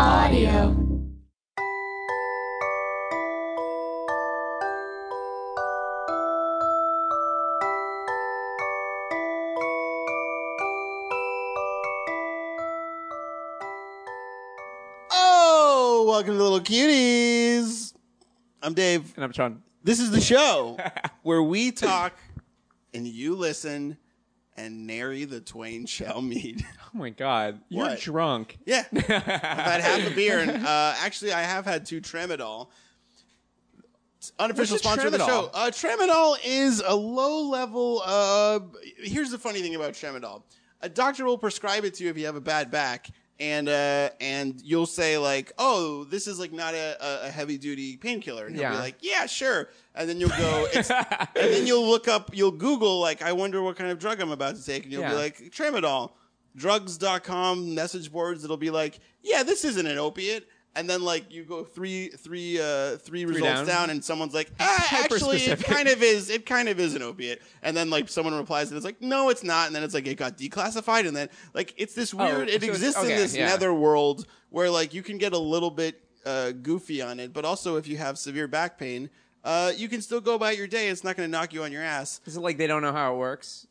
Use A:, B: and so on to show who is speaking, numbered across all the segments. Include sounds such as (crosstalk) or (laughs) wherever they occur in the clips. A: Audio.
B: Oh, welcome to the Little Cuties. I'm Dave.
C: And I'm Sean.
B: This is the show where we talk and you listen and nary the twain shall meet.
C: Oh my God, you're
B: What?
C: drunk.
B: (laughs) yeah. I've had half a beer and uh, actually I have had two Tramadol. It's Unofficial
C: What's a
B: sponsor of the
C: Tramadol?
B: show. Uh, tramadol is a low level. Uh, here's the funny thing about Tramadol: a doctor will prescribe it to you if you have a bad back, and uh, and you'll say like, "Oh, this is like not a, a- a heavy duty painkiller," and you'll be
C: Yeah.
B: like, "Yeah, sure," and then you'll go, it's, (laughs) and then you'll look up, you'll Google like, "I wonder what kind of drug I'm about to take," and you'll
C: Yeah.
B: be like, "Tramadol." Drugs.com message boards. It'll be like, "Yeah, this isn't an opiate." And then like you go three, three, uh, three results
C: down.
B: down. and someone's like, ah, actually, it
C: Hyper-specific.
B: kind of is. It kind of is an opiate. And then like someone replies and it's like, no, it's not. And then it's like it got declassified. And then like it's this weird.
C: Oh, so
B: it
C: it's-
B: exists
C: okay,
B: in this
C: yeah.
B: nether world where like you can get a little bit uh, goofy on it, but also if you have severe back pain, uh, you can still go about your day. It's not going to knock you on your
C: (laughs)
B: ass.
C: Is it like they don't know how it works?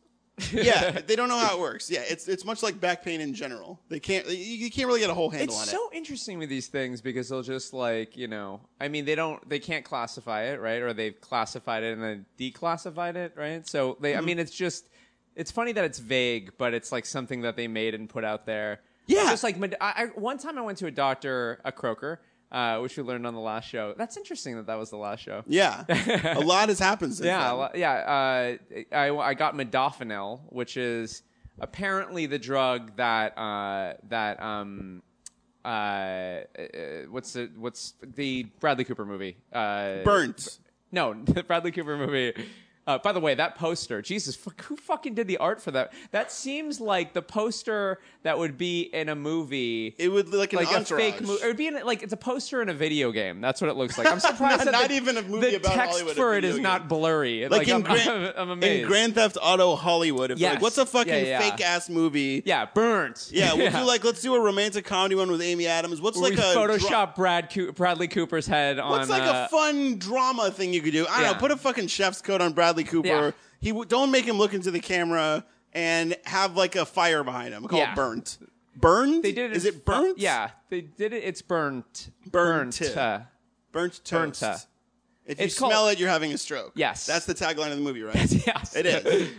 B: Yeah, they don't know how it works. Yeah, it's it's much like back pain in general. They can't. You, you can't really get a whole handle
C: It's
B: on it.
C: so interesting with these things because they'll just like you know, I mean they don't they can't classify it right, or they've classified it and then declassified it right. So they, I
B: Mm-hmm.
C: mean, it's just it's funny that it's vague, but it's like something that they made and put out there. It's
B: Yeah.
C: just like med- I, I, one time I went to a doctor, a croaker, uh, which we learned on the last show. That's interesting that that was the last show. (laughs)
B: Yeah, a lot has happened since.
C: Yeah,
B: then.
C: well, yeah. Uh, I, I got modafinil, which is apparently the drug that uh, that um, uh, uh, what's the what's the Bradley Cooper movie? Uh,
B: burnt.
C: No, (laughs) the Bradley Cooper movie. Uh, by the way, that poster, Jesus, fuck, who fucking did the art for that? That seems like the poster that would be in a movie.
B: It would like an
C: like a
B: entourage.
C: fake movie. It would be in, like it's a poster in a video game. That's what it
B: (laughs)
C: looks like. I'm surprised that
B: Not
C: the,
B: even a movie
C: the
B: about
C: text
B: Hollywood, a
C: for it
B: video
C: is
B: game.
C: not blurry.
B: like, in,
C: I'm,
B: Gran-
C: I'm, I'm amazed.
B: in Grand Theft Auto Hollywood. If they're like,
C: Yes.
B: what's a fucking
C: Yeah, yeah.
B: fake ass movie?
C: yeah, (laughs) burnt.
B: yeah. We'll do like let's do a romantic comedy one with Amy Adams. What's
C: Where
B: like
C: we
B: a dra-
C: Photoshop Brad Coo- Bradley Cooper's head on.
B: what's like
C: uh,
B: a fun drama thing you could do? I don't know.
C: Yeah.
B: Put a fucking chef's coat on Bradley Cooper.
C: Yeah.
B: He w- don't make him look into the camera and have like a fire behind him. Called
C: Yeah.
B: burnt. Burned?
C: They did it.
B: Is
C: as
B: it burnt?
C: fu- yeah, they did it. It's burnt.
B: Burnt.
C: Uh, (laughs)
B: Burnt
C: Burnt. uh,
B: toast. If you
C: It's
B: smell
C: called-
B: it, you're having a stroke.
C: Yes.
B: That's the tagline of the movie, right?
C: (laughs) Yes.
B: It
C: (laughs)
B: is.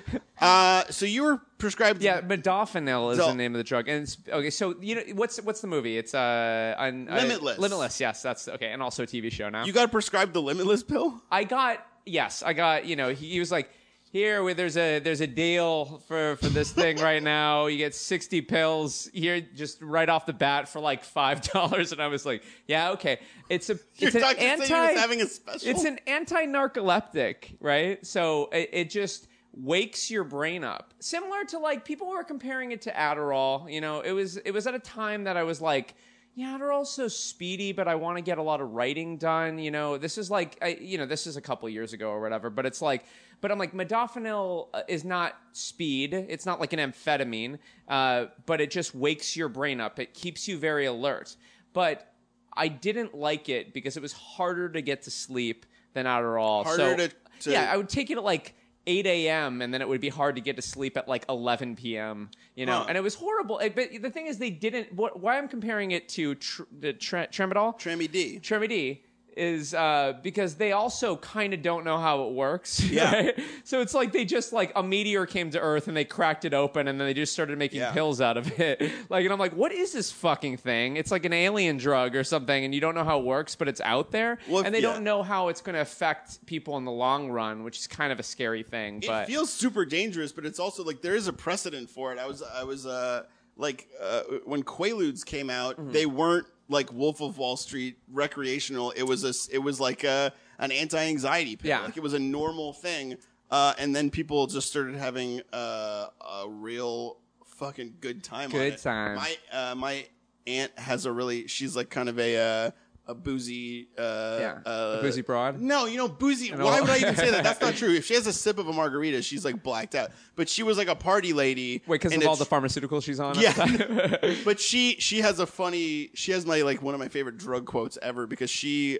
B: Uh, so you were prescribed
C: Yeah, modafinil is
B: So-
C: the name of the drug. And it's, okay, so you know what's what's the movie? It's uh, on, uh,
B: Limitless.
C: Limitless. Yes, that's okay, and also a TV show now.
B: You got prescribed the limitless pill?
C: I got yes, I got you know he, he was like here where there's a there's a deal for for this thing right now you get 60 pills here just right off the bat for like five dollars and I was like yeah okay it's a
B: Your
C: it's an
B: doctor said he was
C: anti
B: having a special?
C: it's an anti narcoleptic right so it, it just wakes your brain up similar to like people were comparing it to Adderall you know it was it was at a time that I was like yeah, they're all so speedy, but I want to get a lot of writing done. You know, this is like, I, you know, this is a couple years ago or whatever, but it's like, but I'm like, modafinil uh, is not speed. It's not like an amphetamine, uh, but it just wakes your brain up. It keeps you very alert. But I didn't like it because it was harder to get to sleep than Adderall.
B: Harder
C: so,
B: to- to-
C: yeah, I would take it at like 8 a.m. and then it would be hard to get to sleep at like 11 p.m. You know,
B: Huh.
C: and it was horrible. It- but the thing is, they didn't. What, why I'm comparing it to tr- the tre- Tremadol,
B: Trammy D.
C: Tremedy is uh, because they also kind of don't know how it works. (laughs)
B: Yeah.
C: right? So it's like they just like a meteor came to Earth and they cracked it open and then they just started making
B: Yeah.
C: pills out of it. (laughs) Like, and I'm like, what is this fucking thing? It's like an alien drug or something, and you don't know how it works, but it's out there,
B: Well,
C: and they
B: yeah.
C: don't know how it's going to affect people in the long run, which is kind of a scary thing.
B: It
C: but
B: feels super dangerous, but it's also like there is a
C: Mm-hmm.
B: precedent for it. I was I was uh like uh when Quaaludes came out, they weren't like Wolf of Wall Street recreational. It was a s- it was like a an anti anxiety pill.
C: Yeah.
B: Like it was a normal thing. Uh, and then people just started having uh, a real fucking good time. on
C: Good
B: it.
C: time.
B: My uh, my aunt has a really. She's like kind of a uh, a boozy. Uh,
C: Yeah.
B: uh,
C: A boozy broad?
B: No, you know boozy.
C: know.
B: Why would I even say that? That's not
C: (laughs)
B: true. If she has a sip of a margarita, she's like blacked out. But she was like a party lady.
C: Wait, because
B: and
C: of all
B: it's-
C: the pharmaceuticals she's
B: (laughs)
C: on.
B: yeah. (laughs) but she she has a funny she has my like one of my favorite drug quotes ever because she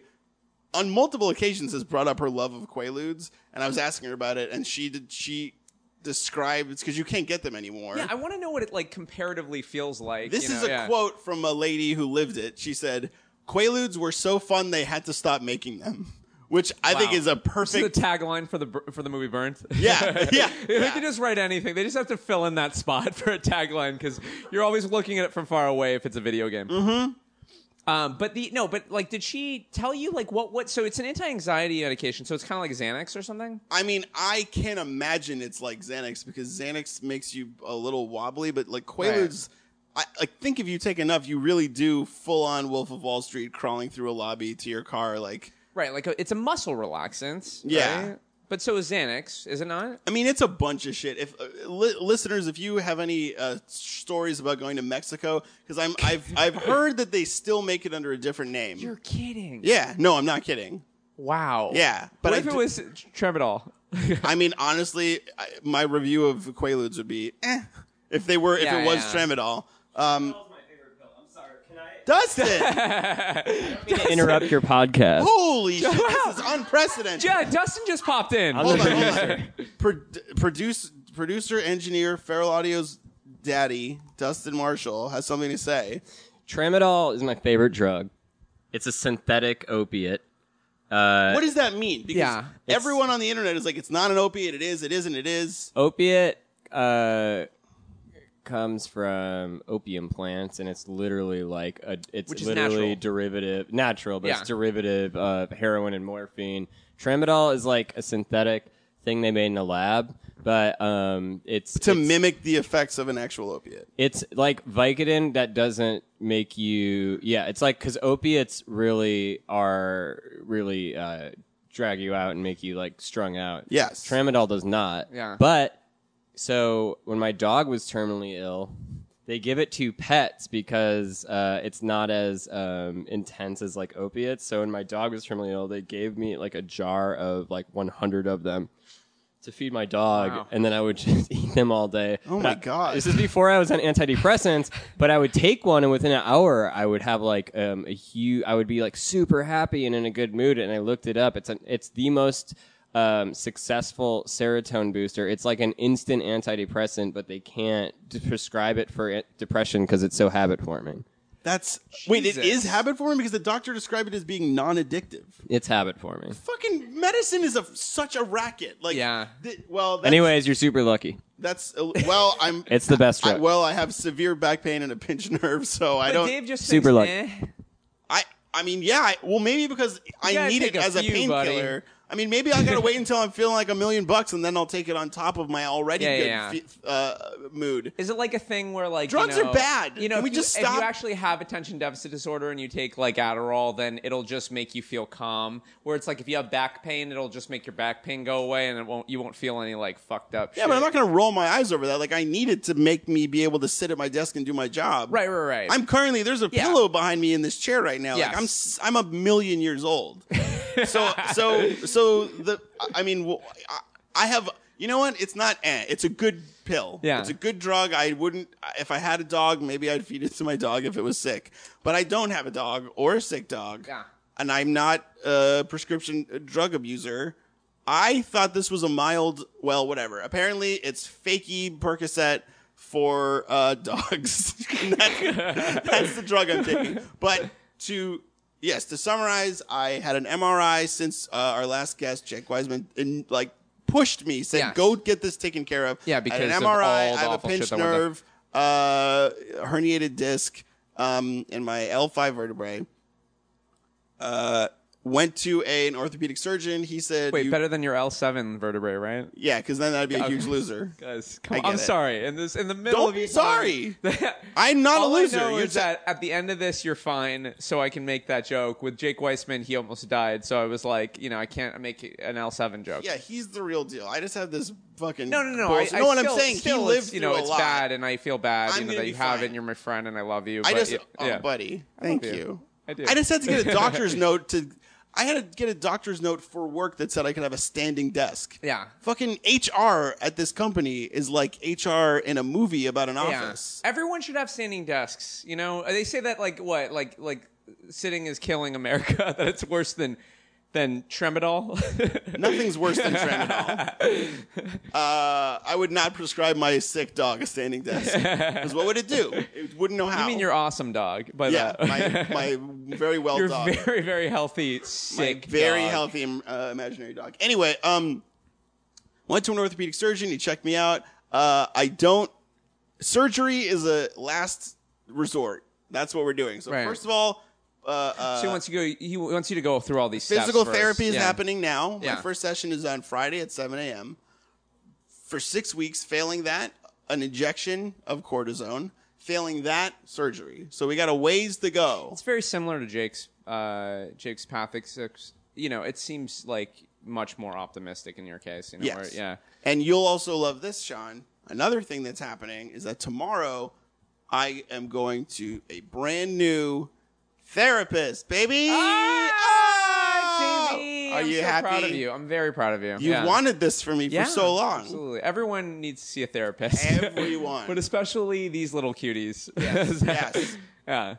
B: on multiple occasions has brought up her love of quaaludes and I was asking her about it and she did she described because you can't get them anymore.
C: (laughs) Yeah, I want to know what it like comparatively feels like.
B: this
C: you know,
B: is a
C: yeah.
B: quote from a lady who lived it. She said, "Quaaludes were so fun they had to stop making them," which I think
C: Wow.
B: is a
C: This is the
B: perfect.
C: tagline for the br- for the movie Burnt.
B: Yeah, yeah,
C: (laughs) They
B: yeah.
C: can just write anything. They just have to fill in that spot (laughs) for a tagline because you're always looking at it from far away if it's a video game. Mm-hmm. Um, but the no, but like, did she tell you like what what? So it's an anti-anxiety medication. So it's kind of like Xanax or something.
B: I mean, I can't imagine it's like Xanax because Xanax makes you a little wobbly, but like Quaaludes, I like think if you take enough, you really do full on Wolf of Wall Street crawling through a lobby to your car. Like,
C: Right, like a, it's a muscle relaxant.
B: Yeah.
C: right? But so is Xanax, is it not?
B: I mean, it's a bunch of shit. If uh, li- listeners, if you have any uh, stories about going to Mexico, because I'm I've I've heard that they still make it under a different name.
C: You're kidding.
B: yeah, no, I'm not kidding.
C: Wow.
B: Yeah, but
C: But
B: I
C: if it
B: d-
C: was Tremadol?
B: I mean, honestly, I, my review of Quaaludes would be eh, if they were if
C: Yeah,
B: it was
C: yeah.
B: Tramadol. Um,
D: That was my favorite pill. I'm sorry. Can I?
B: Dustin,
C: (laughs)
D: (laughs)
A: interrupt your podcast.
B: holy shit, this is unprecedented.
C: yeah, Dustin just popped in.
B: hold on, hold
C: (laughs)
B: on. Pro- produce, producer, engineer, Feral Audio's daddy, Dustin Marshall, has something to say.
A: Tramadol is my favorite drug. It's a synthetic opiate. Uh,
B: what does that mean? Because
C: Yeah, it's-
B: everyone on the internet is like, it's not an opiate. It is. It isn't. It is.
A: Opiate uh, comes from opium plants, and it's literally like a, it's
C: Which is
A: literally
C: natural.
A: derivative, natural, but
C: Yeah.
A: it's derivative of heroin and morphine. Tramadol is like a synthetic thing they made in a lab, but um, it's
B: To
A: it's-
B: mimic the effects of an actual opiate.
A: It's like Vicodin that doesn't make you. Yeah, it's like because opiates really are really uh, drag you out and make you like strung out.
B: Yes.
A: tramadol does not.
C: Yeah.
A: but so when my dog was terminally ill, they give it to pets because uh, it's not as um, intense as like opiates. So when my dog was terminally ill, they gave me like a jar of like 100 of them. To feed my dog,
C: Wow.
A: and then I would (laughs) just eat them all day.
B: Oh
A: But
B: my
A: I-
B: God.
A: This is before I was on antidepressants, but I would take one, and within an hour, I would have like um, a huge. I would be like super happy and in a good mood. And I looked it up. It's an, it's the most um, successful serotonin booster. It's like an instant antidepressant, but they can't d- prescribe it for it- depression because it's so habit forming.
B: That's wait. It is
C: Jesus.
B: habit forming because the doctor described it as being non-addictive.
A: It's habit forming.
B: Fucking medicine is a such a racket. Like
C: Yeah.
B: th- well, that's,
A: Anyways, you're super lucky.
B: that's uh, well. I'm.
A: (laughs) It's the best
B: I-
A: drug.
B: well, I have severe back pain and a pinched (laughs) nerve, so I
C: But
B: don't.
C: Dave just
A: Super
C: thinks,
A: luck.
C: eh.
B: I I mean, yeah. I, well, maybe because I
C: gotta
B: need it
C: take a
B: as a
C: few, buddy.
B: painkiller. I mean, maybe I gotta wait until I'm feeling like a million bucks, and then I'll take it on top of my already
C: Yeah,
B: good
C: yeah, yeah.
B: fe- uh, mood.
C: Is it like a thing where like you
B: Drugs are
C: know-
B: bad.
C: You know,
B: Can
C: if
B: we
C: you,
B: just
C: if
B: stop?
C: you actually have attention deficit disorder and you take like Adderall, then it'll just make you feel calm. Where it's like if you have back pain, it'll just make your back pain go away, and it won't you won't feel any like fucked up.
B: Yeah, but I'm not gonna roll my eyes over that. Like, I need it to make me be able to sit at my desk and do my job.
C: Right, right, right.
B: I'm currently there's a
C: Yeah.
B: pillow behind me in this chair right now. Like
C: Yes.
B: I'm s- I'm a million years
C: (laughs)
B: old. so so so the I mean w- I, I have you know what? It's not eh. It's a good pill.
C: Yeah.
B: It's a good drug. I wouldn't if I had a dog, maybe I'd feed it to my dog if it was sick. But I don't have a dog or a sick dog.
C: Yeah.
B: And I'm not a prescription uh, drug abuser. I thought this was a mild, well, whatever. Apparently, it's fakey Percocet for uh, (laughs) dogs. that's, that's the drug I'm taking. But to yes, to summarize, I had an MRI since uh, our last guest, Jake Wiseman, and like pushed me, said,
C: Yes.
B: "Go get this taken care of." I
C: Yeah,
B: had
C: because
B: an
C: of
B: MRI,
C: all the
B: I have a
C: awful shit
B: pinched
C: that went down.
B: nerve, uh, herniated disc, um, in my L5 vertebrae Went to a, an orthopedic surgeon. He said,
C: Wait,
B: you-
C: better than your L7 vertebrae, right?
B: Yeah, because then that'd be a huge
C: (laughs)
B: loser.
C: Guys,
B: I
C: come
B: get
C: on. I'm
B: it.
C: sorry. In this, in the middle
B: Don't
C: of
B: be
C: you
B: sorry.
C: (laughs) telling-
B: I'm not
C: All
B: a loser.
C: I know
B: You're
C: is that at the end of this, you're fine. So I can make that joke with Jake Weissman. He almost died. So I was like, you know, I can't make an L7 joke.
B: Yeah, he's the real deal. I just have this fucking.
C: No, no, no.
B: bullshit.
C: I, I
B: no, what I'm
C: still-
B: saying,
C: still
B: he
C: it's,
B: lived
C: You know,
B: through a
C: it's
B: lot.
C: bad, and I feel bad.
B: I'm
C: you know
B: gonna
C: that
B: be
C: you have it.
B: fine.
C: and You're my friend, and I love you.
B: I
C: but
B: just,
C: yeah,
B: oh,
C: yeah.
B: buddy, thank you.
C: I do.
B: just had to
C: (laughs)
B: get a doctor's note to. I had to get a doctor's note for work that said I could have a standing desk.
C: Yeah.
B: Fucking HR at this company is like HR in a movie about an
C: Yeah.
B: office.
C: Everyone should have standing desks. You know, they say that like what, like like sitting is killing America. (laughs) that it's worse than than (laughs) tremadol.
B: Nothing's worse than tramadol.
C: (laughs)
B: uh, I would not prescribe my sick dog a standing desk because what would it do?
C: (laughs)
B: It wouldn't know how.
C: I mean, you're awesome, dog. But
B: yeah,
C: uh, (laughs)
B: my, my very well
C: you're
B: dog.
C: very very healthy.
B: my
C: Sick,
B: very
C: dog.
B: healthy um, uh, imaginary dog. Anyway, um, went to an orthopedic surgeon. He checked me out. Uh, I don't. Surgery is a last resort. That's what we're doing. So
C: Right.
B: first of all, uh, uh,
C: So he wants you to go. He wants you to go through all these steps
B: physical
C: first.
B: therapy is
C: Yeah.
B: happening now.
C: Yeah.
B: My first session is on Friday at 7 a.m. For six weeks, failing that, an injection of cortisone. Failing that, surgery. So we got a ways to go.
C: It's very similar to Jake's uh, Jake's path, except you know it seems like much more optimistic in your case. You know,
B: Yes.
C: where- yeah.
B: And you'll also love this, Sean. Another thing that's happening is that tomorrow I am going to a brand new therapist, baby.
C: Ah,
B: Oh!
C: baby,
B: Are
C: I'm
B: you
C: so
B: happy?
C: Proud of you. I'm very proud of you.
B: You
C: yeah.
B: wanted this for me
C: Yeah,
B: for so long.
C: Absolutely. Everyone needs to see a therapist. (laughs)
B: Everyone.
C: but especially these little cuties. (laughs)
B: yes.
C: yeah.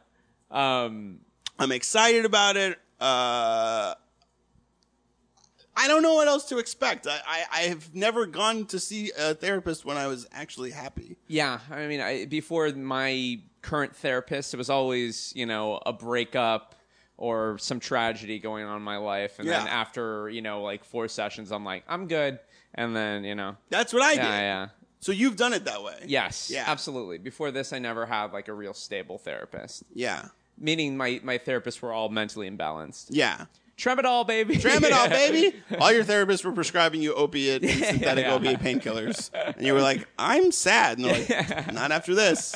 C: Um,
B: I'm excited about it. Uh, I don't know what else to expect. I, I, I have never gone to see a therapist when I was actually happy.
C: Yeah, I mean, I, before my current therapist, it was always you know a breakup or some tragedy going on in my life, and then
B: Yeah.
C: after you know like four sessions, I'm like, I'm good, and then you know,
B: That's what I
C: (laughs)
B: (laughs)
C: yeah,
B: did.
C: yeah,
B: So you've done it that way.
C: yes,
B: Yeah.
C: absolutely. Before this, I never had like a real stable therapist,
B: Yeah.
C: meaning my my therapists were all mentally imbalanced.
B: Yeah.
C: Tramadol, baby, (laughs)
B: Tramadol, baby. All your therapists were prescribing you opiate and synthetic
C: Yeah.
B: opiate painkillers, and you were like, "I'm sad." And they're
C: (laughs)
B: like, "Not after this.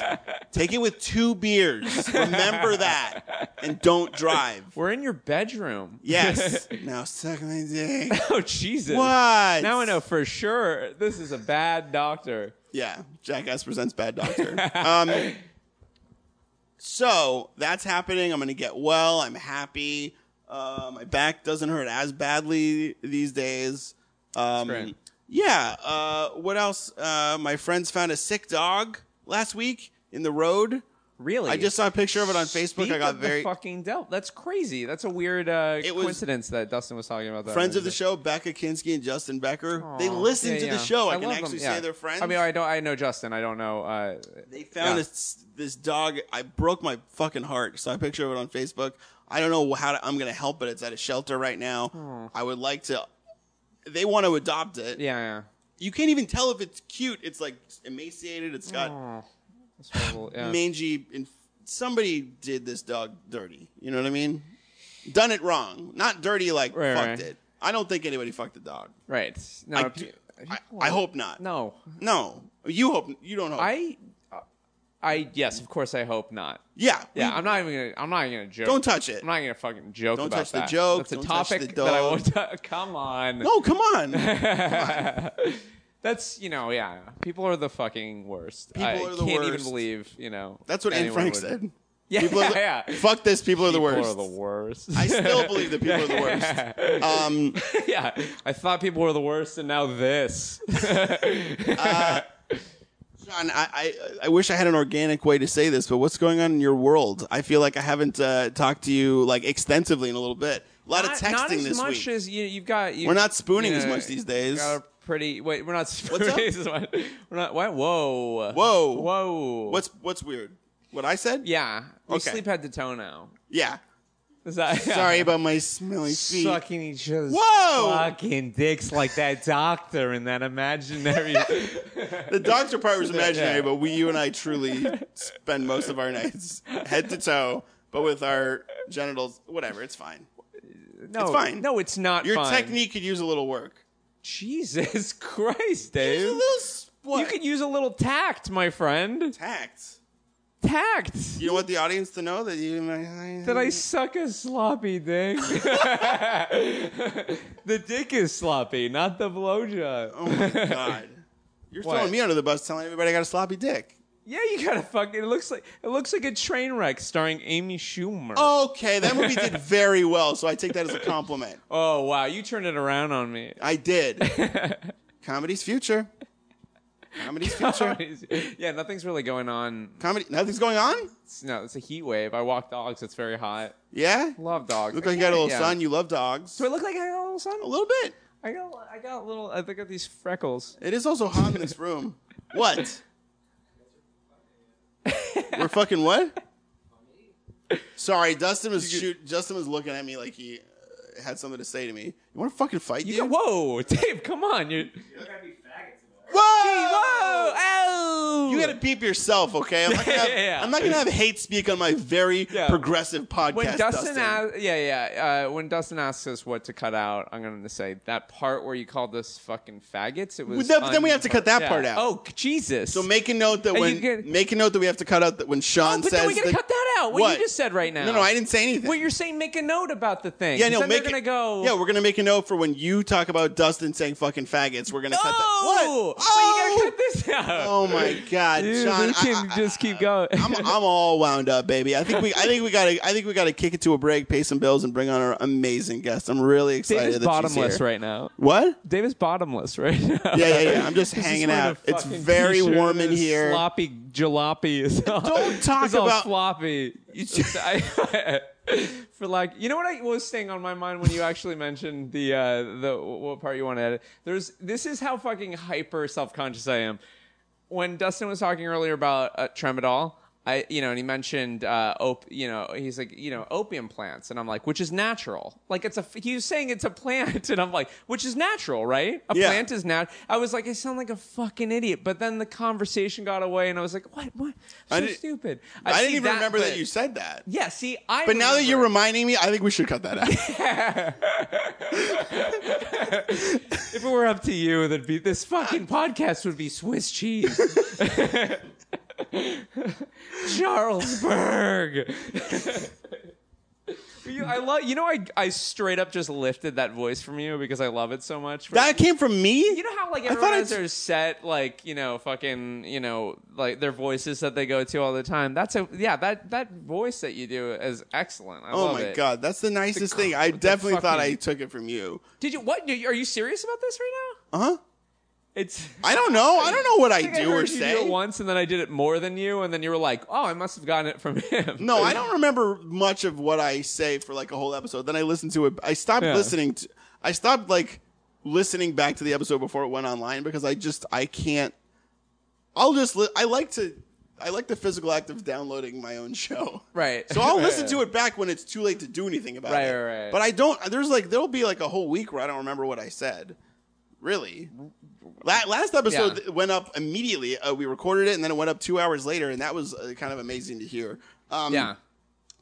B: Take it with two beers. Remember that, and don't drive."
C: We're in your bedroom.
B: Yes. now suck my dick.
C: (laughs) oh Jesus!
B: What?
C: Now I know for sure this is a bad doctor.
B: Yeah, Jackass presents Bad Doctor. um, so that's happening. I'm gonna get well. I'm happy. Uh, my back doesn't hurt as badly these days. Um,
C: great.
B: Yeah. Uh, what else? Uh, my friends found a sick dog last week in the road.
C: Really?
B: I just saw a picture of it on Facebook.
C: Speak
B: I got
C: of the
B: very
C: fucking dealt. That's crazy. That's a weird uh,
B: It was-
C: coincidence that Dustin was talking about. That
B: friends of the show, Becca Kinsky and Justin Becker. they listen
C: Yeah,
B: to
C: yeah.
B: the show. I, can
C: love them.
B: actually
C: Yeah.
B: say they're friends.
C: I mean, I don't. I know Justin. I don't know. Uh,
B: They found
C: Yeah.
B: this this dog. I broke my fucking heart. So I picture of it on Facebook. I don't know how to, I'm going to help it. It's at a shelter right now. I would like to. They want to adopt it.
C: Hmm. yeah, yeah.
B: You can't even tell if it's cute. It's like emaciated. It's got
C: Hmm. That's
B: (laughs)
C: horrible. Yeah.
B: mangy. And somebody did this dog dirty. You know what I mean? Done it wrong. Not dirty like
C: Right,
B: fucked
C: right.
B: it. I don't think anybody fucked the dog.
C: right. No.
B: I,
C: if
B: do-
C: you-
B: I, I hope not.
C: no.
B: No. You hope you don't hope.
C: I. I yes, of course. I hope not.
B: yeah. we-
C: Yeah, I'm not even gonna. I'm not even gonna joke.
B: Don't touch it.
C: I'm not gonna fucking joke.
B: Don't
C: about
B: touch the
C: that.
B: joke,
C: That's a
B: don't touch
C: topic
B: the
C: that I
B: dog.
C: won't. tou- come on.
B: no, come on.
C: (laughs) That's you know, yeah. People are the fucking worst.
B: People
C: I
B: are the
C: can't even
B: worst.
C: believe you know.
B: That's what Anne
C: anyone
B: Frank
C: would-
B: said.
C: Yeah,
B: People are the-
C: (laughs) yeah.
B: Fuck this. People are the
C: People
B: worst.
C: are the worst.
B: I still believe that people are the worst. Um,
C: (laughs) yeah, I thought people were the worst, and now this. (laughs)
B: John, I, I I wish I had an organic way to say this, but what's going on in your world? I feel like I haven't uh, talked to you like extensively in a little bit. A lot
C: not,
B: of texting
C: not as
B: this
C: much
B: week.
C: as you, you've got. You,
B: We're not spooning
C: you
B: as much these days.
C: got a pretty. Wait, we're not spooning
B: up?
C: as much. We're not. What? Whoa.
B: Whoa.
C: Whoa.
B: what's what's weird? What I said?
C: Yeah. We
B: Okay.
C: sleep head to toe now.
B: Yeah.
C: Is that,
B: Sorry about my smelly feet.
C: (laughs) Sucking each other's
B: Whoa!
C: fucking dicks like that doctor in
B: (laughs)
C: that imaginary
B: The doctor part was imaginary,
C: (laughs) Yeah.
B: but we, you and I, truly spend most of our nights head to toe, but with our genitals. Whatever, it's fine.
C: no,
B: It's fine.
C: No, it's not.
B: Your
C: fine.
B: technique could use a little work.
C: Jesus (laughs) Christ, Dave.
B: Use a little s- what?
C: You could use a little tact, my friend.
B: tact.
C: Tact.
B: You want the audience to know that you might.
C: That I suck a sloppy dick. the dick is sloppy, not the blowjob.
B: (laughs) Oh my god! You're
C: What?
B: throwing me under the bus, telling everybody I got a sloppy dick.
C: Yeah, you gotta fuck. It looks like it looks like a train wreck starring Amy Schumer.
B: Okay, that movie (laughs) did very well, so I take that as a compliment.
C: Oh, wow, you turned it around on
B: (laughs)
C: me.
B: I did. Comedy's future. Comedy's
C: (laughs)
B: future.
C: yeah, nothing's really going on.
B: Comedy. Nothing's going on.
C: It's, no, it's a heat wave. I walk dogs. It's very hot.
B: Yeah.
C: Love dogs.
B: Look like you got a little
C: Yeah.
B: son. You love dogs.
C: Do I look like I got a little sun?
B: A little bit.
C: I got I got a little. I think I got these freckles.
B: It is also hot in this
C: (laughs)
B: room. What? We're fucking what? Sorry, Dustin was shoot. Justin was looking at me like he uh, had something to say to me. You want to fucking fight,
C: You
B: dude?
C: got, whoa, (laughs) Dave, come on. You
D: You're gonna be faggots in there.
B: Whoa!
C: oh,
B: You gotta beep yourself, okay? I'm not
C: (laughs)
B: gonna have,
C: Yeah.
B: I'm not gonna have hate speak on my very
C: Yeah.
B: progressive podcast.
C: When Dustin, asks, yeah, yeah, uh, when Dustin asks us what to cut out, I'm gonna say that part where you called us fucking faggots. It was.
B: Well, that- then we have to cut that
C: yeah.
B: part out.
C: Oh Jesus!
B: so make a note that
C: you
B: when
C: get-
B: make a note that we have to cut out that when Sean
C: Oh, but
B: says
C: then we gotta
B: that-
C: cut that out. What,
B: What?
C: you just said right now.
B: No, no, I didn't say anything.
C: Well, you're saying make a note about the thing.
B: yeah, no,
C: then
B: make
C: they're
B: it-
C: gonna go.
B: Yeah, we're gonna make a note for when you talk about Dustin saying fucking faggots. We're gonna cut that.
C: Oh,
B: What?
C: Well,
B: Oh!
C: you gotta cut this out.
B: Oh my god,
C: Dude,
B: Sean!
C: we
B: I,
C: can
B: I,
C: just keep going. (laughs)
B: I'm, I'm all wound up, baby. I think we, I think we gotta, I think we gotta kick it to a break, pay some bills, and bring on our amazing guest. I'm really excited
C: Dave is
B: that she's
C: bottomless
B: here.
C: right now.
B: What?
C: Dave is bottomless right now.
B: Yeah, yeah, yeah. I'm just
C: (laughs) He's
B: hanging
C: wearing a
B: out. It's
C: fucking
B: very
C: t-shirt
B: warm
C: and
B: in
C: his
B: here.
C: Sloppy jalopy (laughs) is all,
B: Don't talk
C: is all
B: about-
C: floppy.
B: (laughs)
C: You just- I- (laughs) for like, you know what I was staying on my mind when you actually mentioned the uh, the what part you want to edit. There's this is how fucking hyper self conscious I am. When Dustin was talking earlier about uh, tremadol. I, you know, and he mentioned, uh, op- you know, he's like, you know, opium plants, and I'm like, which is natural. Like, it's a, he was saying it's a plant, (laughs) and I'm like, which is natural, right? A
B: Yeah.
C: plant is nat. I was like, I sound like a fucking idiot. But then the conversation got away, and I was like, what? What? So
B: I didn't-
C: stupid.
B: I
C: see
B: didn't even remember
C: but-
B: that you said that.
C: Yeah, see, I.
B: But now that you're
C: remember.
B: reminding me, I think we should cut
C: (laughs)
B: that out.
C: if it were up to you, then be this fucking podcast would be Swiss (laughs) cheese. Charlesburg. You- I love. You know, I I straight up just lifted that voice from you because I love it so much.
B: that came from me.
C: You know how like
B: thought
C: everyone
B: I'd
C: has
B: s-
C: their set, like you know, fucking, you know, like their voices that they go to all the time. That's a yeah, that that voice that you do is excellent. I
B: oh
C: love
B: my
C: it.
B: god, that's the nicest thing. I
C: the
B: definitely thought I
C: fucking-
B: took it from you.
C: Did you what? do you- Are you serious about this right now?
B: Uh huh.
C: It's
B: I don't know. I don't know what I
C: think (laughs) I
B: do or
C: heard you do
B: say.
C: it once, and then I did it more than you, and then you were like, "Oh, I must have gotten it from him."
B: No,
C: (laughs)
B: I don't remember much of what I say for like a whole episode. Then I listened to it. I stopped
C: Yeah.
B: listening. To, I stopped like listening back to the episode before it went online because I just I can't. I'll just li- I like to I like the physical act of downloading my own show.
C: Right.
B: So
C: (laughs)
B: I'll listen to it back when it's too late to do anything about
C: Right,
B: it.
C: right, right.
B: But I don't. There's like there'll be like a whole week where I don't remember what I said. Really. La- last episode
C: Yeah.
B: went up immediately. Uh, we recorded it and then it went up two hours later, and that was uh, kind of amazing to hear. Um,
C: Yeah.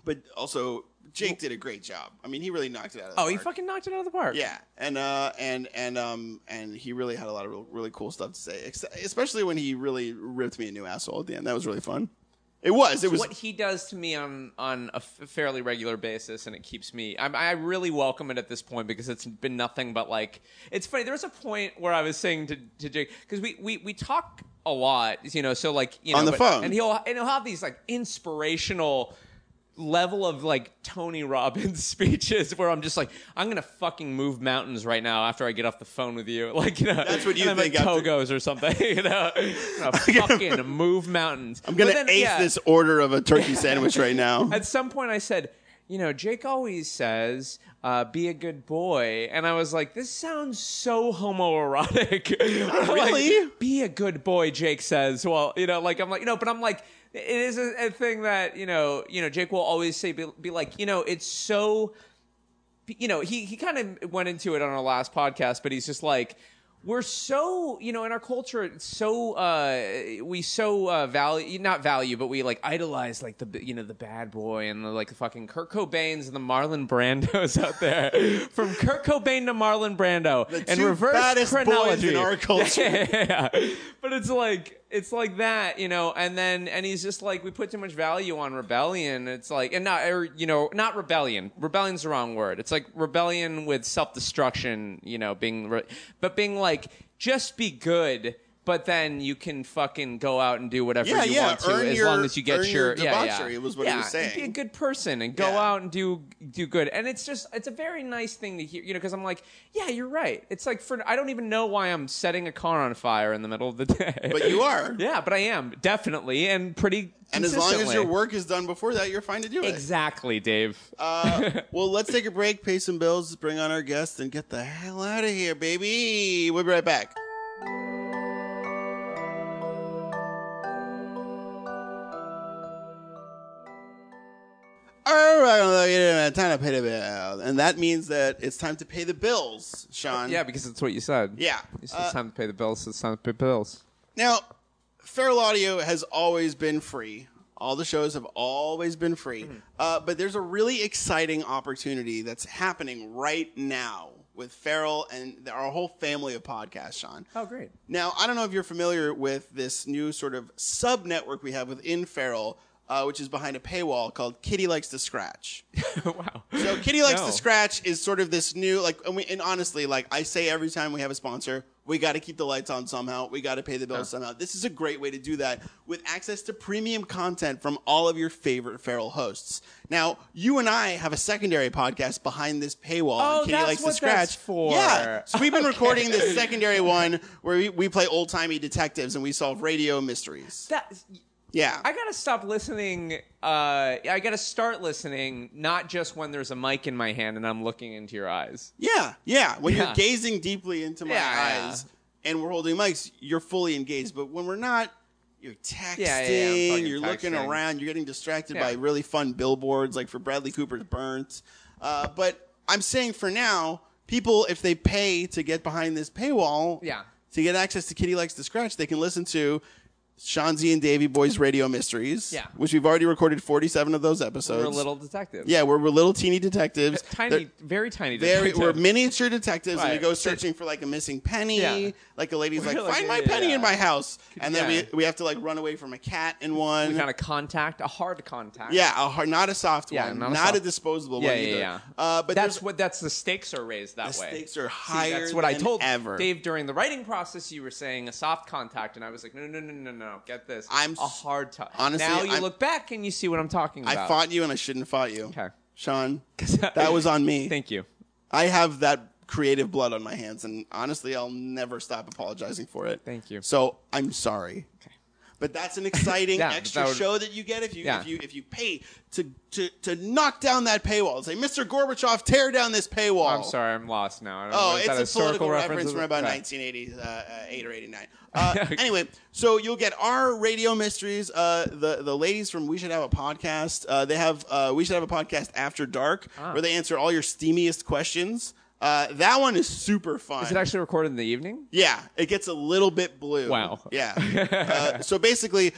B: but also Jake did a great job. I mean, he really knocked it out of the
C: Oh, he
B: park.
C: fucking knocked it out of the park.
B: yeah, and uh, and and um, and he really had a lot of real, really cool stuff to say, ex- especially when he really ripped me a new asshole at the end. That was really fun. It was. It was.
C: what he does to me on on a f- fairly regular basis, and it keeps me. I'm, I really welcome it at this point because it's been nothing but like it's funny. There was a point where I was saying to, to Jake because we, we we talk a lot, you know. So like you know,
B: On the
C: but-
B: phone.
C: and he'll and he'll have these like inspirational level of like Tony Robbins (laughs) speeches where I'm just like I'm gonna fucking move mountains right now after I get off the phone with you (laughs) like you know
B: That's what you
C: and I'm
B: think
C: at
B: after-
C: Togo's or something (laughs)
B: (laughs)
C: you know I'm gonna fucking move mountains
B: I'm gonna ace this order of a
C: (laughs)
B: turkey sandwich right (laughs) now.
C: at some point I said, you know, Jake always says, uh, be a good boy. And I was like, this sounds so homoerotic. (laughs) Like,
B: really.
C: be a good boy, Jake says. Well, you know, like I'm like, you know, but I'm like, it is a, a thing that, you know, you know, Jake will always say, be, be like, you know, it's so you know, he he kind of went into it on our last podcast, but he's just like, we're so you know in our culture it's so uh we so uh value not value but we like idolize like the b- you know the bad boy and the like the fucking Kurt Cobains and the Marlon Brandos (laughs) out there from Kurt Cobain to Marlon Brando
B: The
C: and
B: two
C: reverse
B: baddest boys
C: chronology
B: in
C: (laughs)
B: our culture.
C: yeah. But it's like it's like that, you know, and then and he's just like we put too much value on rebellion. It's like and not or you know, not rebellion. Rebellion's the wrong word. It's like rebellion with self-destruction, you know, being re- but being like just be good, but then you can fucking go out and do whatever
B: Yeah,
C: you
B: yeah,
C: want to
B: earn
C: as
B: your-
C: long as you get
B: earn
C: your,
B: your
C: yeah,
B: debauchery
C: yeah.
B: was what he
C: Yeah,
B: was saying.
C: be a good person and go
B: Yeah.
C: out and do do good. And it's just it's a very nice thing to hear, you know, because I'm like, yeah, you're right. It's like for I don't even know why I'm setting a car on fire in the middle of the (laughs) day,
B: But you are.
C: yeah, but I am definitely and pretty.
B: And as long as
C: consistently.
B: your work is done before that, you're fine to do it.
C: exactly, Dave. (laughs)
B: Uh, well, let's take a break, pay some bills, bring on our guest, and get the hell out of here, baby. We'll be right back. All right, well, you know, time to pay the bill, and that means that it's time to pay the bills, Sean.
C: yeah, because that's what you said.
B: yeah.
C: it's,
B: Uh,
C: it's time to pay the bills. It's time to pay bills.
B: Now, Feral Audio has always been free. All the shows have always been free.
C: Mm-hmm.
B: Uh, but there's a really exciting opportunity that's happening right now with Feral and our whole family of podcasts, Sean.
C: Oh, great.
B: Now, I don't know if you're familiar with this new sort of sub network we have within Feral, uh, which is behind a paywall called Kitty Likes to Scratch.
C: (laughs) wow.
B: So Kitty likes
C: No.
B: to scratch is sort of this new like and, we, and honestly like I say every time we have a sponsor we got to keep the lights on somehow we got to pay the bills somehow this is a great way to do that with access to premium content from all of your favorite feral hosts now you and I have a secondary podcast behind this paywall
C: Oh,
B: and Kitty
C: that's
B: likes
C: what
B: to scratch
C: that's for.
B: yeah so
C: (laughs)
B: we've been recording this secondary one where we, we play old timey detectives and we solve radio mysteries
C: That
B: yeah
C: I gotta stop listening. Uh, I gotta start listening, not just when there's a mic in my hand and I'm looking into your eyes.
B: Yeah, yeah. When
C: Yeah.
B: you're gazing deeply into my
C: Yeah,
B: eyes and we're holding mics, you're fully engaged. But when we're not, you're texting,
C: yeah, yeah, I'm fucking
B: you're looking
C: texting.
B: around, you're getting distracted
C: Yeah.
B: by really fun billboards, like for Bradley Cooper's Burnt. Uh, but I'm saying for now, people, if they pay to get behind this paywall,
C: Yeah.
B: to get access to Kitty Likes to Scratch, they can listen to. Sean Z and Davy Boy's Radio Mysteries,
C: Yeah.
B: which we've already recorded 47 of those episodes.
C: We're a little detective.
B: yeah, we're, we're little teeny detectives.
C: tiny,
B: They're-
C: very tiny.
B: very
C: detective.
B: we're miniature detectives and we
C: Right.
B: go searching for like a missing penny
C: Yeah.
B: like a lady's like,
C: like,
B: find my
C: yeah,
B: penny
C: yeah.
B: in my house and then
C: Yeah.
B: we, we have to like run away from a cat in
C: we
B: one
C: got a contact, a hard contact.
B: yeah a, hard- not a soft
C: Yeah,
B: one
C: not
B: not,
C: a
B: a,
C: soft-
B: disposable
C: yeah,
B: one
C: yeah,
B: either
C: yeah.
B: Uh, but
C: that's
B: there's-
C: what that's the stakes are raised that
B: The
C: way.
B: stakes are
C: See,
B: higher
C: that's what I
B: than
C: told
B: ever.
C: Dave during the writing process. You were saying a soft contact, and I was like, no, no, no, no, no. Get this.
B: I'm
C: a hard touch.
B: honestly,
C: now you
B: I'm-
C: look back and you see what I'm talking
B: i
C: about.
B: fought you and i shouldn't have fought you
C: Okay. (laughs)
B: sean that was on me
C: Thank you.
B: i have that creative blood on my hands and honestly i'll never stop apologizing for it
C: Thank you.
B: so i'm sorry But that's an exciting
C: (laughs) Yeah, but
B: extra
C: that would-
B: show that you get if you
C: Yeah.
B: if you if you pay to to to knock down that paywall and say, Mr. Gorbachev, tear down this paywall.
C: I'm sorry. I'm lost now. I don't know,
B: Oh,
C: is
B: it's
C: that
B: a
C: historical
B: political reference
C: or-
B: from about
C: Okay.
B: 1988 uh, uh, eight or 89.
C: (laughs)
B: Uh, anyway, so you'll get our radio mysteries. Uh, the the ladies from We Should Have a Podcast. Uh, they have uh, We Should Have a Podcast After Dark,
C: Ah.
B: where they answer all your steamiest questions. Uh, that one is super fun.
C: Is it actually recorded in the evening?
B: Yeah, it gets a little bit blue.
C: Wow.
B: Yeah.
C: (laughs)
B: uh, so basically,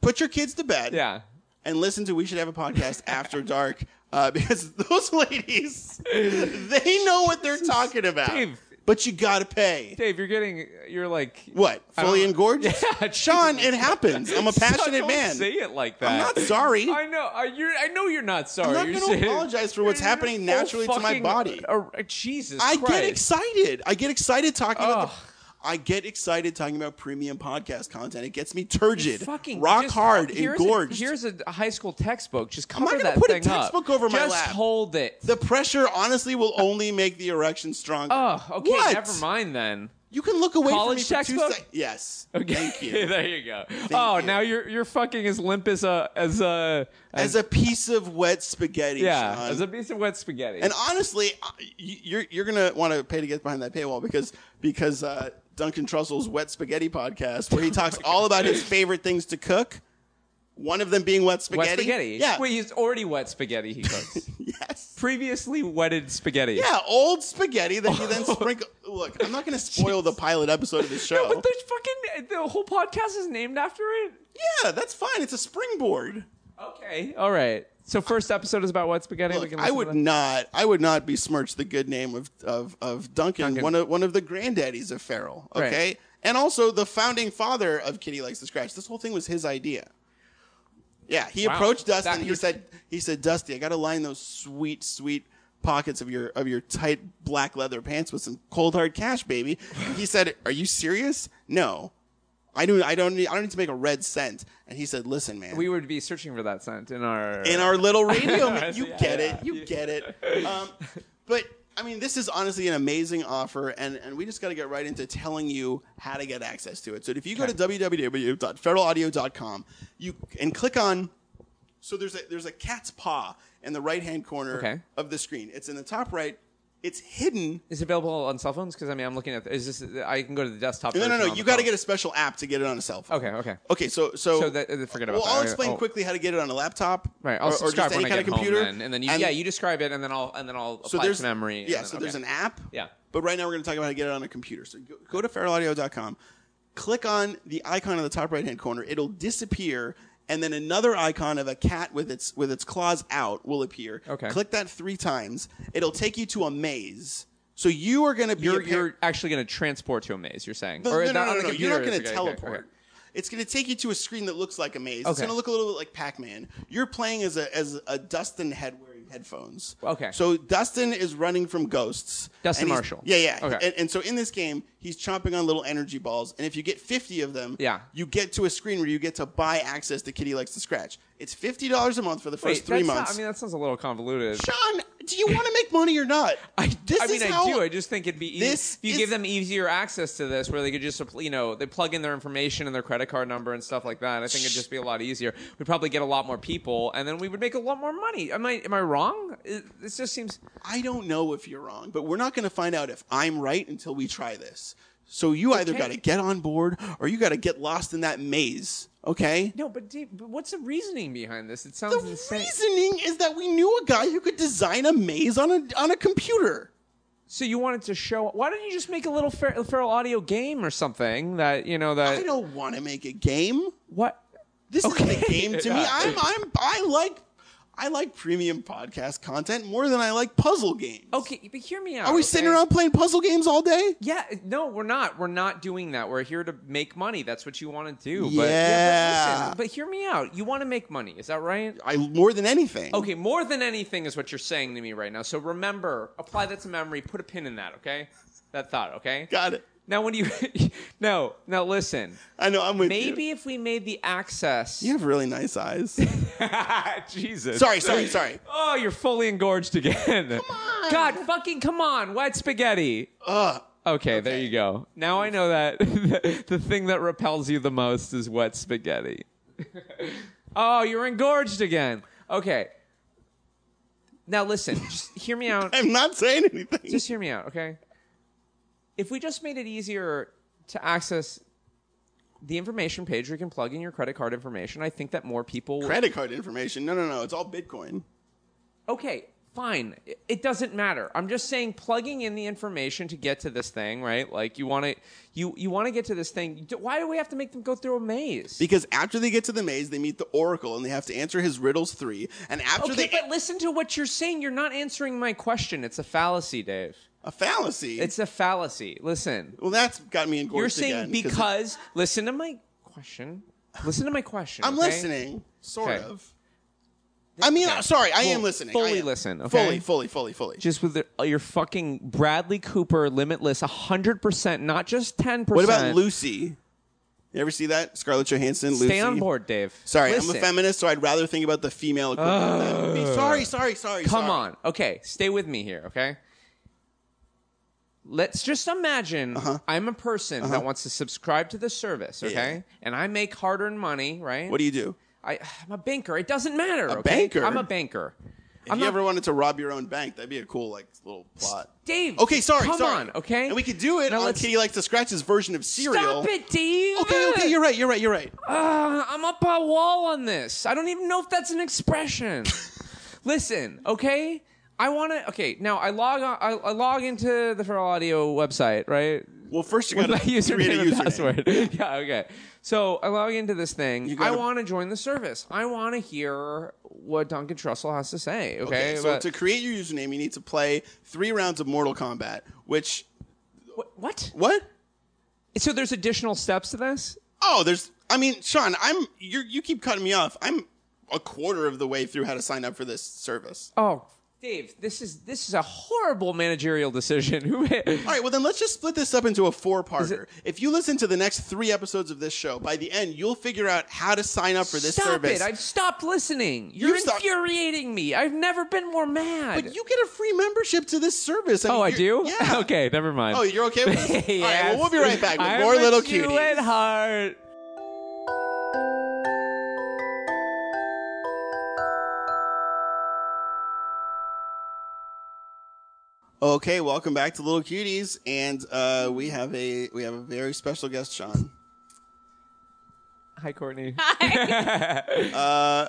B: put your kids to bed.
C: Yeah.
B: And listen to We Should Have a Podcast After Dark uh, (laughs) because those ladies, they know what they're talking about.
C: Dave.
B: But you gotta pay.
C: Dave, you're getting. You're like.
B: What?
C: I don't-
B: Fully engorged?
C: (laughs) Yeah,
B: Sean, it happens. I'm
C: (laughs)
B: a passionate
C: Don't
B: man.
C: Say it like that.
B: I'm not sorry. (laughs)
C: I know. Uh, you're, I know you're not sorry.
B: I'm not
C: You're
B: gonna
C: saying-
B: apologize for what's
C: You're
B: happening
C: full
B: naturally to my
C: fucking-
B: body.
C: uh, uh, Jesus
B: I
C: Christ.
B: get excited. I get excited talking about.
C: Ugh.
B: The, I get excited talking about premium podcast content. It gets me turgid,
C: Fucking
B: rock
C: just-
B: hard,
C: here's
B: engorged.
C: A, here's a high school textbook. Just
B: not
C: cover
B: gonna
C: that
B: put a
C: thing up.
B: textbook over my
C: Just
B: lap.
C: hold it.
B: the pressure, honestly, will only make the erection stronger.
C: oh, okay.
B: What?
C: Never mind then.
B: You can look away
C: College
B: from me for two
C: textbook?
B: seconds. Yes.
C: (laughs) Okay.
B: Thank you.
C: there you go. oh,
B: you.
C: now you're you're fucking as limp as a as a
B: As a piece of wet spaghetti.
C: yeah
B: Sean.
C: as a piece of wet spaghetti.
B: And honestly, I- you're you're gonna want to pay to get behind that paywall because because uh,
C: (laughs)
B: Duncan Trussell's Wet Spaghetti podcast, where he talks all about his favorite things to cook, One of them being wet spaghetti.
C: Wet spaghetti.
B: Yeah.
C: Wait, it's already wet spaghetti
B: (laughs)
C: he cooks.
B: Yes.
C: Previously wetted spaghetti.
B: Yeah, old spaghetti that you
C: (laughs)
B: then sprinkle. Look, I'm not going to spoil the pilot episode of the show.
C: No, but there's fucking the whole podcast is named after it.
B: yeah, that's fine. It's a springboard.
C: Okay. All right. So first episode is about wet spaghetti.
B: Look, I
C: listen to
B: would
C: that.
B: not. I would not besmirch the good name of of, of Duncan,
C: Duncan.
B: one of one of the granddaddies of Farrell. Okay,
C: Right.
B: and also the founding father of Kitty Likes to Scratch. This whole thing was his idea. Yeah, he
C: Wow.
B: approached Dustin.
C: That-
B: and he
C: you're-
B: said, "He said, Dusty, I got to line those sweet, sweet pockets of your of your tight black leather pants with some cold hard cash, baby." And he said, "Are you serious? No, I do. I don't. Need, I don't need to make a red cent." And he said, "Listen, man,
C: We would be searching for that scent in our
B: in our
C: (laughs)
B: little radio. ma- you
C: Yeah,
B: get
C: yeah.
B: it. You get it. Um, but I mean, this is honestly an amazing offer, and, and we just got to get right into telling you how to get access to it. So if you go to www.federalaudio.com, you and click on. So there's a there's a cat's paw in the right hand corner
C: Okay.
B: of the screen. It's in the top right. It's hidden
C: Is it available on cell phones? Because I mean, I'm looking at. Is this? I can go to the desktop.
B: No, no,
C: version
B: no.
C: on
B: You
C: the
B: got to
C: phone.
B: get a special app to get it on a Oh, cell phone.
C: Okay, okay.
B: Okay, so so,
C: So that- uh, forget about
B: well,
C: that.
B: I'll
C: I-
B: explain
C: I'll-
B: quickly how to get it on a laptop.
C: Right.
B: or,
C: I'll
B: or
C: subscribe
B: just any
C: when I
B: kind
C: get
B: of computer.
C: home, then, and then you, yeah, you describe it, and then I'll and then I'll apply
B: so
C: it
B: there's
C: to memory. and
B: Yeah.
C: then-
B: so
C: okay.
B: there's an app.
C: Yeah.
B: But right now we're going to talk about how to get it on a computer. So go, go to feralaudio.com, click on the icon in the top right hand corner. It'll disappear, and then another icon of a cat with its with its claws out will appear.
C: Okay.
B: Click that three times. It'll take you to a maze. So you are going to be
C: You're
B: a pair-
C: you're actually going to transport to a maze. You're saying,
B: no,
C: or
B: no,
C: not
B: no,
C: on
B: no,
C: the
B: no,
C: computer?
B: You're not going
C: it's
B: to
C: okay, okay,
B: teleport.
C: okay.
B: It's going to take you to a screen that looks like a maze. It's
C: Okay.
B: going to look a little bit like Pac-Man. You're playing as a as a Dustin head wearing headphones.
C: Okay.
B: So Dustin is running from ghosts.
C: Dustin
B: and he's-
C: Marshall.
B: Yeah, yeah.
C: Okay.
B: And, and so in this game, he's chomping on little energy balls, and if you get 50 of them,
C: Yeah.
B: you get to a screen where you get to buy access to Kitty Likes to Scratch. It's fifty dollars a month for the
C: Wait,
B: first three
C: that's not-
B: months.
C: I mean, that sounds a little convoluted.
B: Sean, do you want to make money or not?
C: (laughs) I,
B: this
C: I mean,
B: is
C: I
B: how
C: do. I just think it'd be easy
B: This
C: if you
B: is-
C: give them easier access to this, where they could just, you know, they plug in their information and their credit card number and stuff like that. I think it'd just be a lot easier. We'd probably get a lot more people, and then we would make a lot more money. Am I am I wrong? It, this just seems.
B: I don't know if you're wrong, but we're not going to find out if I'm right until we try this. So you either
C: Okay.
B: got to get on board or you got to get lost in that maze. Okay.
C: No, but, Dave, but what's the reasoning behind this? It sounds
B: The
C: insane.
B: reasoning is that we knew a guy who could design a maze on a on a computer.
C: So you wanted to show? Why don't you just make a little fer- feral audio game or something that you know that
B: I don't want to make a game.
C: what?
B: This
C: Okay.
B: is a (laughs) game to me. I'm I'm I like I like premium podcast content more than I like puzzle games.
C: Okay, but hear me out.
B: Are we sitting
C: okay?
B: around playing puzzle games all day?
C: Yeah, no, we're not. We're not doing that. We're here to make money. That's what you want to do. But, but,
B: Yeah.
C: listen, but hear me out. You want to make money. Is that right?
B: I more than anything.
C: Okay, more than anything is what you're saying to me right now. So remember, apply that to memory. Put a pin in that, okay? That thought, okay?
B: Got it.
C: Now, when do you. (laughs) no, now listen.
B: I know I'm with you.
C: Maybe if we made the access.
B: you have really nice eyes.
C: (laughs) Jesus.
B: sorry, sorry, sorry.
C: Oh, you're fully engorged again. Come on. God, fucking come on. Wet spaghetti. Okay, there you go. Now I know that (laughs) the thing that repels you the most is wet spaghetti. (laughs) oh, you're engorged again. Okay. Now listen, just hear me out.
B: I'm not saying anything.
C: Just hear me out, okay? If we just made it easier to access the information page where you can plug in your credit card information, I think that more people would
B: credit card information. No, no, no. It's all Bitcoin.
C: okay, fine. It- It doesn't matter. I'm just saying plugging in the information to get to this thing, right? Like you want to you you want to get to this thing. D- Why do we have to make them go through a maze?
B: Because after they get to the maze, they meet the Oracle and they have to answer his riddles three. And after they
C: okay, but listen to what you're saying. You're not answering my question. It's a fallacy, Dave.
B: a fallacy.
C: It's a fallacy. Listen.
B: well, that's got me engorged
C: You're
B: again,
C: saying because listen to my question. Listen to my
B: (laughs)
C: question.
B: I'm
C: okay?
B: listening, sort
C: Okay.
B: of. I mean,
C: Okay.
B: sorry, I am
C: Full-
B: listening.
C: fully
B: I am.
C: listen, okay?
B: Fully, fully, fully, fully.
C: Just with the, uh, your fucking Bradley Cooper limitless 100%, not just 10%.
B: what about Lucy? You ever see that Scarlett Johansson? Lucy.
C: Stay on board, Dave.
B: Sorry, I'm a
C: Listen.
B: feminist, so I'd rather think about the female equivalent. of that movie. Sorry, sorry, sorry.
C: Come
B: sorry.
C: on. Okay, stay with me here, okay? Let's just imagine
B: Uh-huh.
C: I'm a person that wants to subscribe to the service, okay? And I make hard earned money, right?
B: What do you do?
C: I, I'm a banker. It doesn't matter. A okay?
B: banker?
C: I'm a banker.
B: If you ever wanted to rob your own bank, that'd be a cool like little plot.
C: Dave.
B: Okay, sorry.
C: Come
B: sorry.
C: on, okay?
B: And we could do it
C: Now
B: on
C: let's-
B: Kitty Likes to Scratch's version of cereal.
C: Stop it, Dave.
B: Okay, okay, you're right, you're right, you're right.
C: Ah, I'm up a wall on this. I don't even know if that's
B: (laughs)
C: an expression. Listen, okay? I want to. Okay, now I log on. I, I log into the Feral Audio website, right?
B: Well, first you
C: With my
B: gotta create a
C: (laughs) username and
B: username.
C: password. (laughs) yeah, okay. So I log into this thing.
B: You
C: I
B: gotta-
C: want to join the service. I want to hear what Duncan Trussell has to say. Okay,
B: Okay, so
C: about-
B: to create your username, you need to play three rounds of Mortal Kombat. Which
C: Wh- what?
B: what?
C: So there's additional steps to this.
B: Oh, there's. I mean, Sean, I'm. You you keep cutting me off. I'm a quarter of the way through how to sign up for this service.
C: Oh, Dave, this is this is a horrible managerial decision. (laughs) Who?
B: All right, well then let's just split this up into a four-parter. If you listen to the next three episodes of this show, by the end you'll figure out how to sign up for this
C: Stop
B: service.
C: it! I've stopped listening. You're
B: You stop-
C: infuriating me. I've never been more mad.
B: But you get a free membership to this service.
C: oh, I
B: you're-
C: do.
B: Yeah.
C: (laughs) okay, never mind.
B: Oh, you're okay with
C: (laughs)
B: this? All right, well,
C: Yes.
B: we'll be right back with
C: I'm
B: more
C: a
B: Little
C: Jew
B: Cuties.
C: at heart.
B: Okay, welcome back to Little Cuties, and uh, we have a we have a very special guest, Sean.
C: Hi, (laughs) Courtney. (laughs)
B: Uh,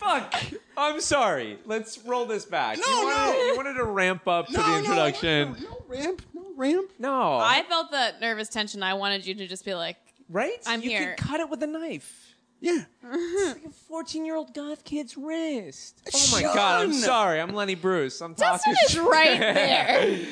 C: Fuck. I'm sorry. Let's roll this back.
B: No,
C: you, wanted,
B: no.
C: you wanted to ramp up to
B: no,
C: the
B: no,
C: introduction.
B: No, no, ramp, no ramp.
C: No,
E: I felt the nervous tension. I wanted you to just be like,
C: right?
E: I'm
C: you
E: here.
C: can cut it with a knife.
B: Yeah.
C: It's like a 14 year old goth kid's wrist. Oh my
B: Sean!
C: god, I'm sorry. I'm Lenny Bruce. I'm
E: Dustin
C: talking.
E: is
C: (laughs)
E: right there.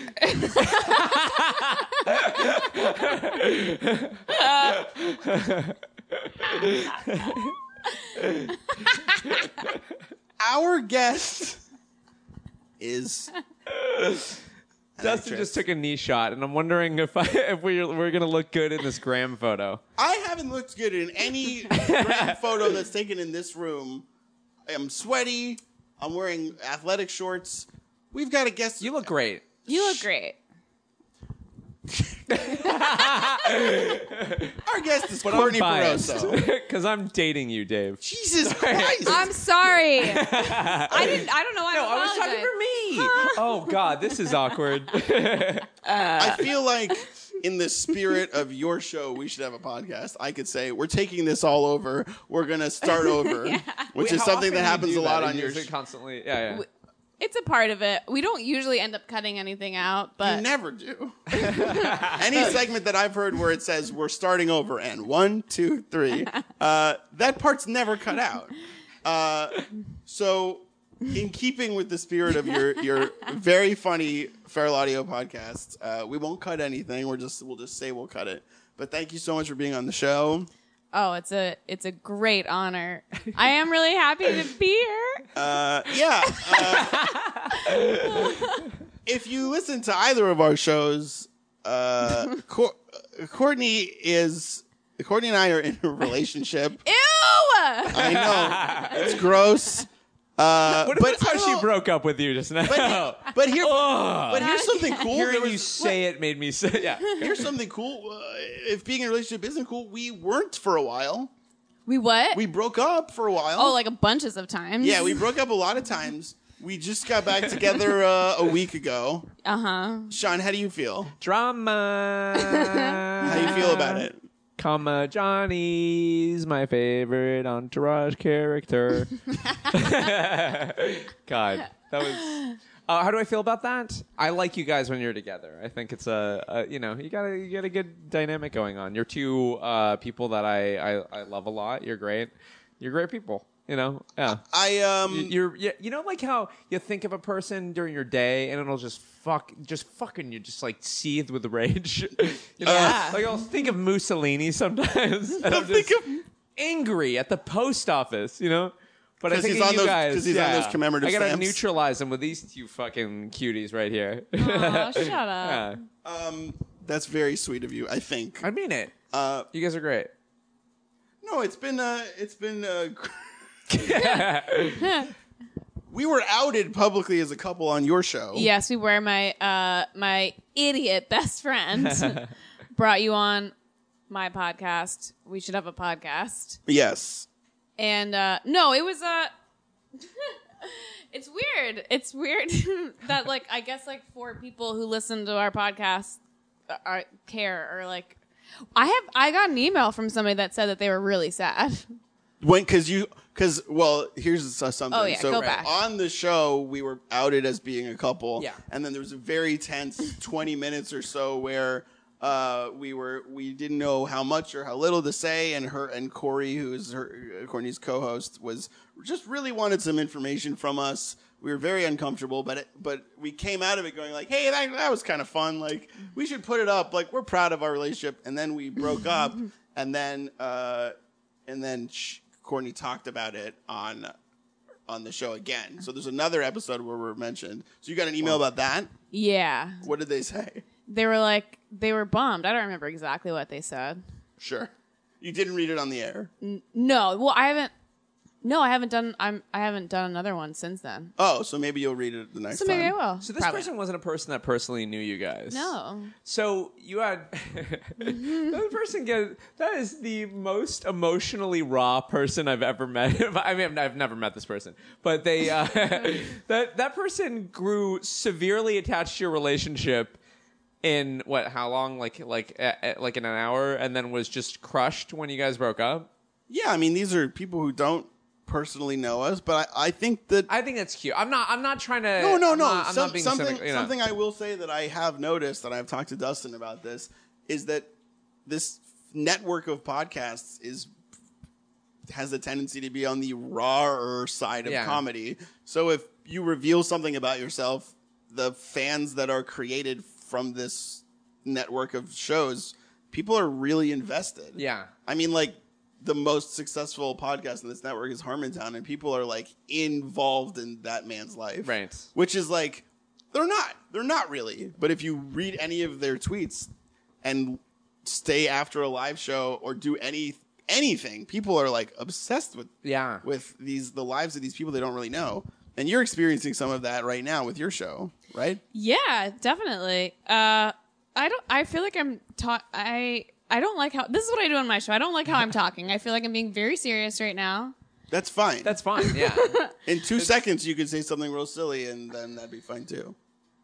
B: Our guest is
C: Dustin
B: actress.
C: just took a knee shot, and I'm wondering if I, (laughs) if we're, we're gonna look good in this gram photo.
B: I haven't looked good in any
C: (laughs)
B: grand photo that's taken in this room. I'm sweaty. I'm wearing athletic shorts. We've got a guest.
C: You look great.
E: You look great.
B: Our guest is
C: But
B: Courtney
C: I'm biased
B: Peroso.
C: (laughs) because I'm dating you, Dave. (laughs)
B: Jesus Christ!
C: Uh,
E: I'm sorry. I didn't. I don't know why.
C: No, I was talking for me. oh God, this is awkward. (laughs)
B: I feel like in the spirit of your show, we should have a podcast. I could say we're taking this all over. We're gonna
C: (laughs)
B: start over, which
C: Wait,
B: is
C: how
B: something that
C: often do you
B: happens
C: do
B: a lot
C: that?
B: on
C: You
B: your.
C: use it
B: show.
C: constantly. Yeah, yeah.
E: It's a part of it. We don't usually end up cutting anything out,
B: You
E: but
B: never do. (laughs) Any segment that I've heard where it says we're starting over and one, two, three, uh, that part's never cut out. Uh, so, in keeping with the spirit of your your very funny Feral Audio podcast, uh, we won't cut anything. We're just we'll just say we'll cut it. But thank you so much for being on the show.
E: oh, it's a it's a great honor. I am really happy to be here.
B: Uh, yeah. uh, if you listen to either of our shows, uh, Cor- uh, Courtney is Courtney and I are in a relationship.
E: Ew!
B: I know it's gross. Uh,
C: What if
B: but
C: that's how
B: I
C: she
B: don't-
C: broke up with you just now? (laughs)
B: But, but here, but here's something cool. There
C: Hearing
B: was-
C: you say it made me say, (laughs) yeah.
B: here's something cool. Uh, if being in a relationship isn't cool, we weren't for a while.
E: We what?
B: We broke up for a while.
E: oh, like a bunches of times.
B: yeah, we broke up a lot of times. We just got
C: (laughs)
B: back together uh, a week ago.
E: Uh huh.
B: Sean, how do you feel?
C: Drama. (laughs)
B: How you feel about it?
C: Comma Johnny's my favorite entourage character. (laughs) God, that was. Uh, how do I feel about that? I like you guys when you're together. I think it's a, a you know you got a, you got a good dynamic going on. You're two uh, people that I, I I love a lot. You're great. You're great people. You know, yeah.
B: I um (laughs)
C: You- You're you, you know like how you think of a person during your day and it'll just fuck just fucking you just like seethe with rage. (laughs) you know?
B: Yeah.
C: Like I'll think of
B: (laughs)
C: Mussolini sometimes. and I'm
B: think
C: just angry at the post office. You know. But I
B: 'Cause
C: think
B: he's
C: of
B: on
C: you
B: those-
C: guys.
B: 'cause he's on
C: yeah.
B: those commemorative
C: I gotta
B: stamps.
C: neutralize him with these two fucking cuties right here. (laughs)
B: Uh,
E: Oh, shut up.
C: Yeah.
B: that's very sweet of you, I think.
C: I mean it.
B: Uh
C: You guys are great.
B: no, it's been uh it's been uh
C: (laughs)
B: (laughs) We were outed publicly as a couple on your show.
E: Yes, we were. My uh, my idiot
C: (laughs)
E: best friend brought you on my podcast. We should have a podcast.
B: Yes.
E: And uh, (laughs) no, it was uh, It's weird. It's weird (laughs) that like I guess like four people who listen to our podcast uh, are, care or like I have I got an email from somebody that said that they were really sad.
B: When because you because well here's s- something.
E: Oh, yeah,
B: so
E: go back.
B: on the show we were outed as being a couple.
C: Yeah.
B: And then there was a very tense (laughs) twenty minutes or so where uh, we were we didn't know how much or how little to say, and her and Corey, who's her uh, Courtney's co-host, was just really wanted some information from us. We were very uncomfortable, but it, but we came out of it going like, "Hey, that, that was kind of fun. Like, we should put it up. Like, we're proud of our relationship." And then we broke up, and then uh, and then sh Courtney talked about it on on the show again. So there's another episode where we're mentioned. So you got an email about that.
E: Yeah.
B: What did they say?
E: They were like they were bummed. I don't remember exactly what they said.
B: Sure, you didn't read it on the air.
E: No, well I haven't no, I haven't done I'm I haven't done another one since then.
B: Oh, so maybe you'll read it the next
E: So
B: time.
E: maybe I will.
C: So this
E: Probably.
C: person wasn't a person that personally knew you guys.
E: No.
C: So you had (laughs) that person get that is the most emotionally raw person I've ever met. (laughs) I mean, I've never met this person, but they uh, (laughs) that that person grew severely attached to your relationship in what? How long? Like like uh, like in an hour, and then was just crushed when you guys broke up.
B: Yeah, I mean, these are people who don't personally know us, but I, I think that.
C: I think that's cute. I'm not. I'm not trying to.
B: no, no,
C: I'm
B: no.
C: not- I'm
B: Some-
C: not being
B: something,
C: cynical, you know.
B: something I will say that I have noticed, and I've talked to Dustin about this, is that this network of podcasts is has a tendency to be on the rawer side of
C: Yeah.
B: comedy. So if you reveal something about yourself, the fans that are created from this network of shows, people are really invested.
C: Yeah.
B: I mean, like the most successful podcast in this network is Harmontown, and people are like involved in that man's life,
C: Right.
B: Which is like they're not, they're not really. But if you read any of their tweets and stay after a live show or do any anything, people are like obsessed with
C: Yeah.
B: with these the lives of these people they don't really know. And you're experiencing some of that right now with your show, right?
E: Yeah, definitely. Uh, I don't. I feel like I'm taught. I I don't like how this is what I do on my show. I don't like how I'm talking. I feel like I'm being very serious right now.
B: That's fine.
C: That's fine. Yeah.
B: In two seconds, you could say something real silly, and then that'd be fine too.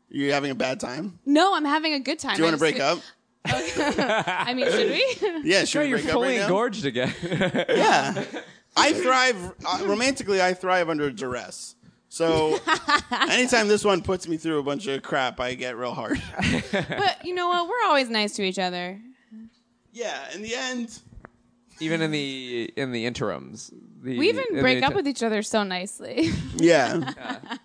B: You having a bad time?
E: No, I'm having a good time.
B: Do you want to break up?
E: (laughs) I mean, should we?
B: (laughs) Yeah, should
C: No,
B: we
C: (laughs) you're
B: break
C: fully
B: up right
C: engorged again. (laughs)
B: now? Yeah, (laughs) I thrive uh, romantically. I thrive under duress. So anytime this one puts me through a bunch of crap, I get real hard.
E: but you know what? We're always nice to each other.
B: (laughs) Yeah, in the end,
C: even in the in the interims. The,
E: We
C: in
E: even
C: the
E: break up
C: inter-
E: with each other so nicely. (laughs)
B: yeah,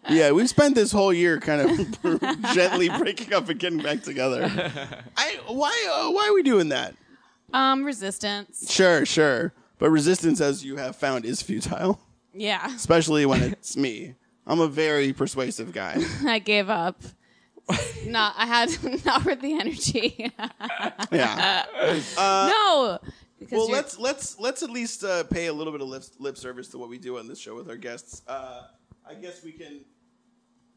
B: yeah. We've spent this whole year kind of (laughs) gently breaking up and getting back (laughs) together. I why uh, why are we doing that?
E: um, resistance.
B: Sure, sure. But resistance, as you have found, is futile,
E: Yeah, (laughs)
B: especially when it's me. I'm a very persuasive guy.
E: I gave up.
B: (laughs)
E: not I had (laughs) not worth the energy.
B: Yeah. Uh, well
E: no, because you're-
B: let's let's let's at least uh, pay a little bit of lip, lip service to what we do on this show with our guests uh, i guess we can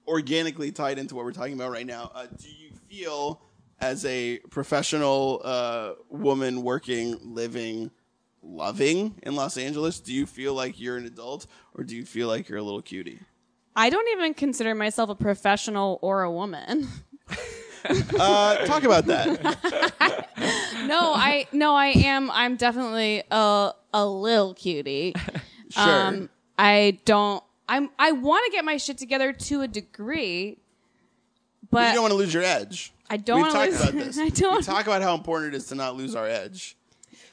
B: organically tie it into what we're talking about right now uh, do you feel as a professional uh, woman working living loving in los angeles do you feel like you're an adult or do you feel like you're a little cutie
E: I don't even consider myself a professional or a woman.
B: uh, talk about that
E: No, I no, I am. I'm definitely a a lil cutie.
B: (laughs) (laughs) sure
E: Um, I don't. I'm. I want to get my shit together to a degree,
B: you
E: but
B: don't want to lose your edge
E: I don't
B: We've
E: wanna
B: talked
E: lose-
B: about this.
E: (laughs) I don't-
B: We talk about how important it is to not lose our edge.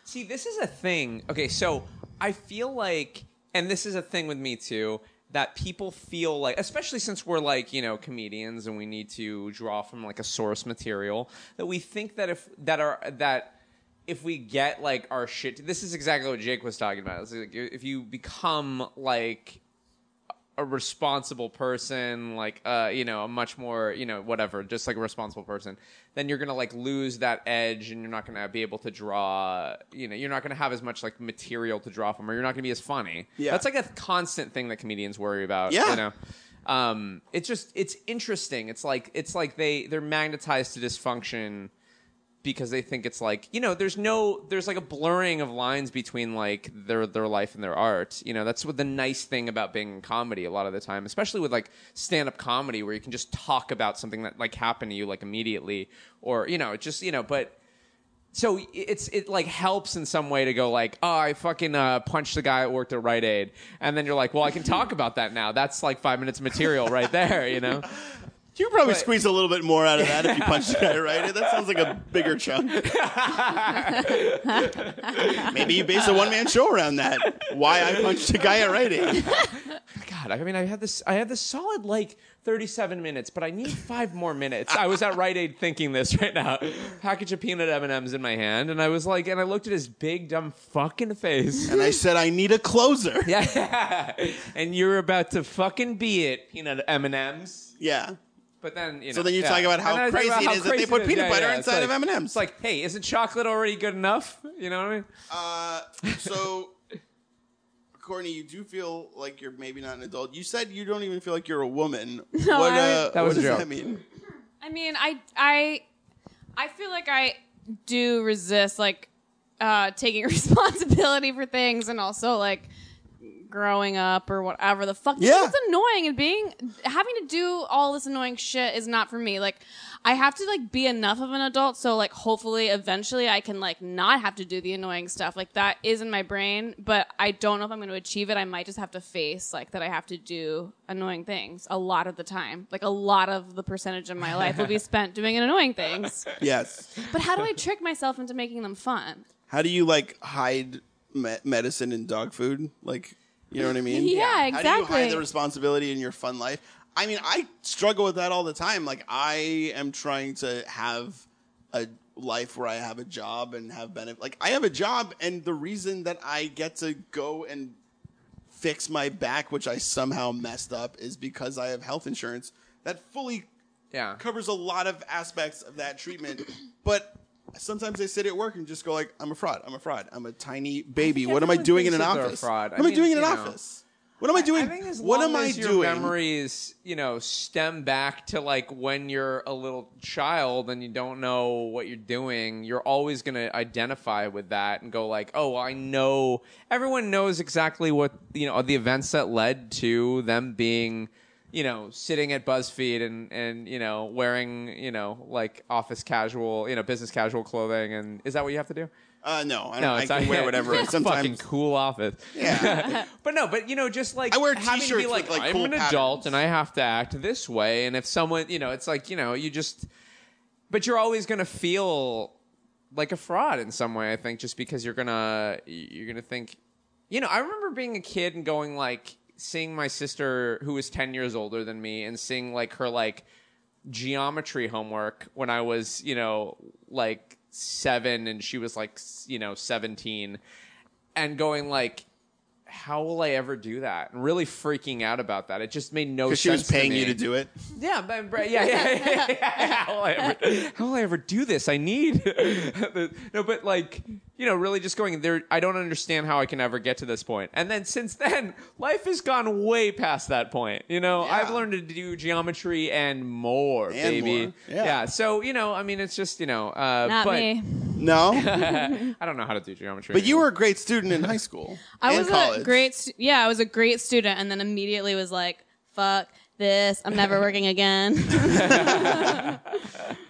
C: See, this is a thing. Okay, so I feel like, and this is a thing with me too, that people feel like, especially since we're like, you know, comedians and we need to draw from like a source material, that we think that if, that our, that, if we get like our shit, this is exactly what Jake was talking about. It's like if you become like a responsible person, like uh, you know, a much more, you know, whatever, just like a responsible person, then you're gonna like lose that edge, and you're not gonna be able to draw, you know, you're not gonna have as much like material to draw from, or you're not gonna be as funny.
B: Yeah.
C: that's like a constant thing that comedians worry about.
B: Yeah.
C: you know, um, it's just it's interesting. It's like it's like they they're magnetized to dysfunction because they think it's like you know there's no there's like a blurring of lines between like their their life and their art you know that's what the nice thing about being in comedy a lot of the time especially with like stand up comedy where you can just talk about something that like happened to you like immediately or you know just you know but so it's it like helps in some way to go like oh I fucking uh, punched the guy at work at Rite Aid and then you're like well I can talk about that now that's like five minutes of material right there you know
B: You could probably squeeze a little bit more out of that if you punch the guy right. That sounds like a bigger chunk. Maybe you base a one man show around that. Why I punched a guy at Rite Aid.
C: God, I mean, I had this, I had this solid like 37 minutes, but I need five more minutes. I was at Rite Aid thinking this right now, package of peanut M and M's in my hand, and I was like, and I looked at his big dumb fucking face. (laughs)
B: And I said, I need a closer. Yeah.
C: Yeah, and you're about to fucking be it, peanut M and M's. But then, you know,
B: So then you
C: yeah.
B: talk about how
C: And then I talk
B: crazy
C: about
B: it
C: how
B: is that
C: crazy
B: they put
C: it is.
B: peanut butter
C: It's
B: inside of
C: like-
B: M&Ms.
C: It's like, hey, isn't chocolate already good enough? You know what I mean?
B: Uh, so, Courtney, you do feel like you're maybe not an adult. You said you don't even feel like you're a woman.
E: No,
B: what,
E: I-
B: uh,
C: That was
B: what
C: a
B: does
C: joke.
B: that mean?
E: I mean, I I I feel like I do resist like uh taking (laughs) responsibility for things and also like growing up or whatever the fuck.
B: Yeah.
E: It's annoying and being having to do all this annoying shit is not for me. Like I have to like be enough of an adult so like hopefully eventually I can like not have to do the annoying stuff. Like that is in my brain, but I don't know if I'm going to achieve it. I might just have to face like that I have to do annoying things a lot of the time. Like a lot of the percentage of my life will be spent doing annoying things.
B: Yes.
E: But how do I trick myself into making them fun?
B: How do you like hide me- medicine in dog food? Like, you know what I mean?
E: (laughs) Yeah,
B: How do you hide
E: exactly.
B: the responsibility in your fun life? I mean, I struggle with that all the time. Like, I am trying to have a life where I have a job and have benefit. Like, I have a job, and the reason that I get to go and fix my back, which I somehow messed up, is because I have health insurance that fully
C: Yeah.
B: covers a lot of aspects of that treatment. But sometimes I sit at work and just go like, "I'm a fraud. I'm a fraud. I'm a tiny baby. What am I
C: everyone
B: doing in an
C: thinks that they're a
B: office?
C: fraud. I
B: What am I
C: mean,
B: doing in an
C: you know.
B: office? What am I doing?
C: I think as
B: What
C: long
B: am I
C: as your
B: doing?"
C: memories, you know, stem back to like when you're a little child and you don't know what you're doing, you're always going to identify with that and go like, "Oh, well, I know." Everyone knows exactly what you know the events that led to them being. You know, sitting at BuzzFeed and and you know wearing you know like office casual, you know business casual clothing, and is that what you have to do?
B: Uh, no, I, don't,
C: No,
B: I
C: it's
B: can
C: not- (laughs)
B: wear whatever.
C: It's a fucking
B: Sometimes
C: cool office.
B: Yeah.
C: (laughs) but no, but you know, just like
B: I wear
C: having to
B: t-shirts
C: be
B: with,
C: like,
B: like,
C: I'm
B: cool
C: an adult
B: patterns.
C: and I have to act this way, and if someone, you know, it's like you know, you just, but you're always gonna feel like a fraud in some way. I think just because you're gonna you're gonna think, you know, I remember being a kid and going like seeing my sister who was ten years older than me and seeing like her like geometry homework when I was, you know, like seven and she was like, s- you know, 17 and going like, how will I ever do that? And really freaking out about that. It just made no
B: because
C: sense.
B: she was paying
C: me.
B: you to do it.
C: Yeah, but, but- yeah, yeah, yeah, yeah. (laughs) How, will I ever, how will I ever do this? I need. (laughs) no, but like, you know, really just going there. I don't understand how I can ever get to this point. And then since then, life has gone way past that point. You know,
B: Yeah.
C: I've learned to do geometry and more,
B: And
C: baby.
B: more, yeah.
C: So you know, I mean, it's just you know, uh,
E: Not
C: but
E: me.
C: (laughs)
B: No,
C: I don't know how to do geometry.
B: but you were a great student in high
C: (laughs)
B: school.
E: I
B: and
E: was
B: college.
E: a great, stu- yeah, I was a great student, and then immediately was like, "Fuck this!
B: (laughs)
E: I'm never working again." (laughs)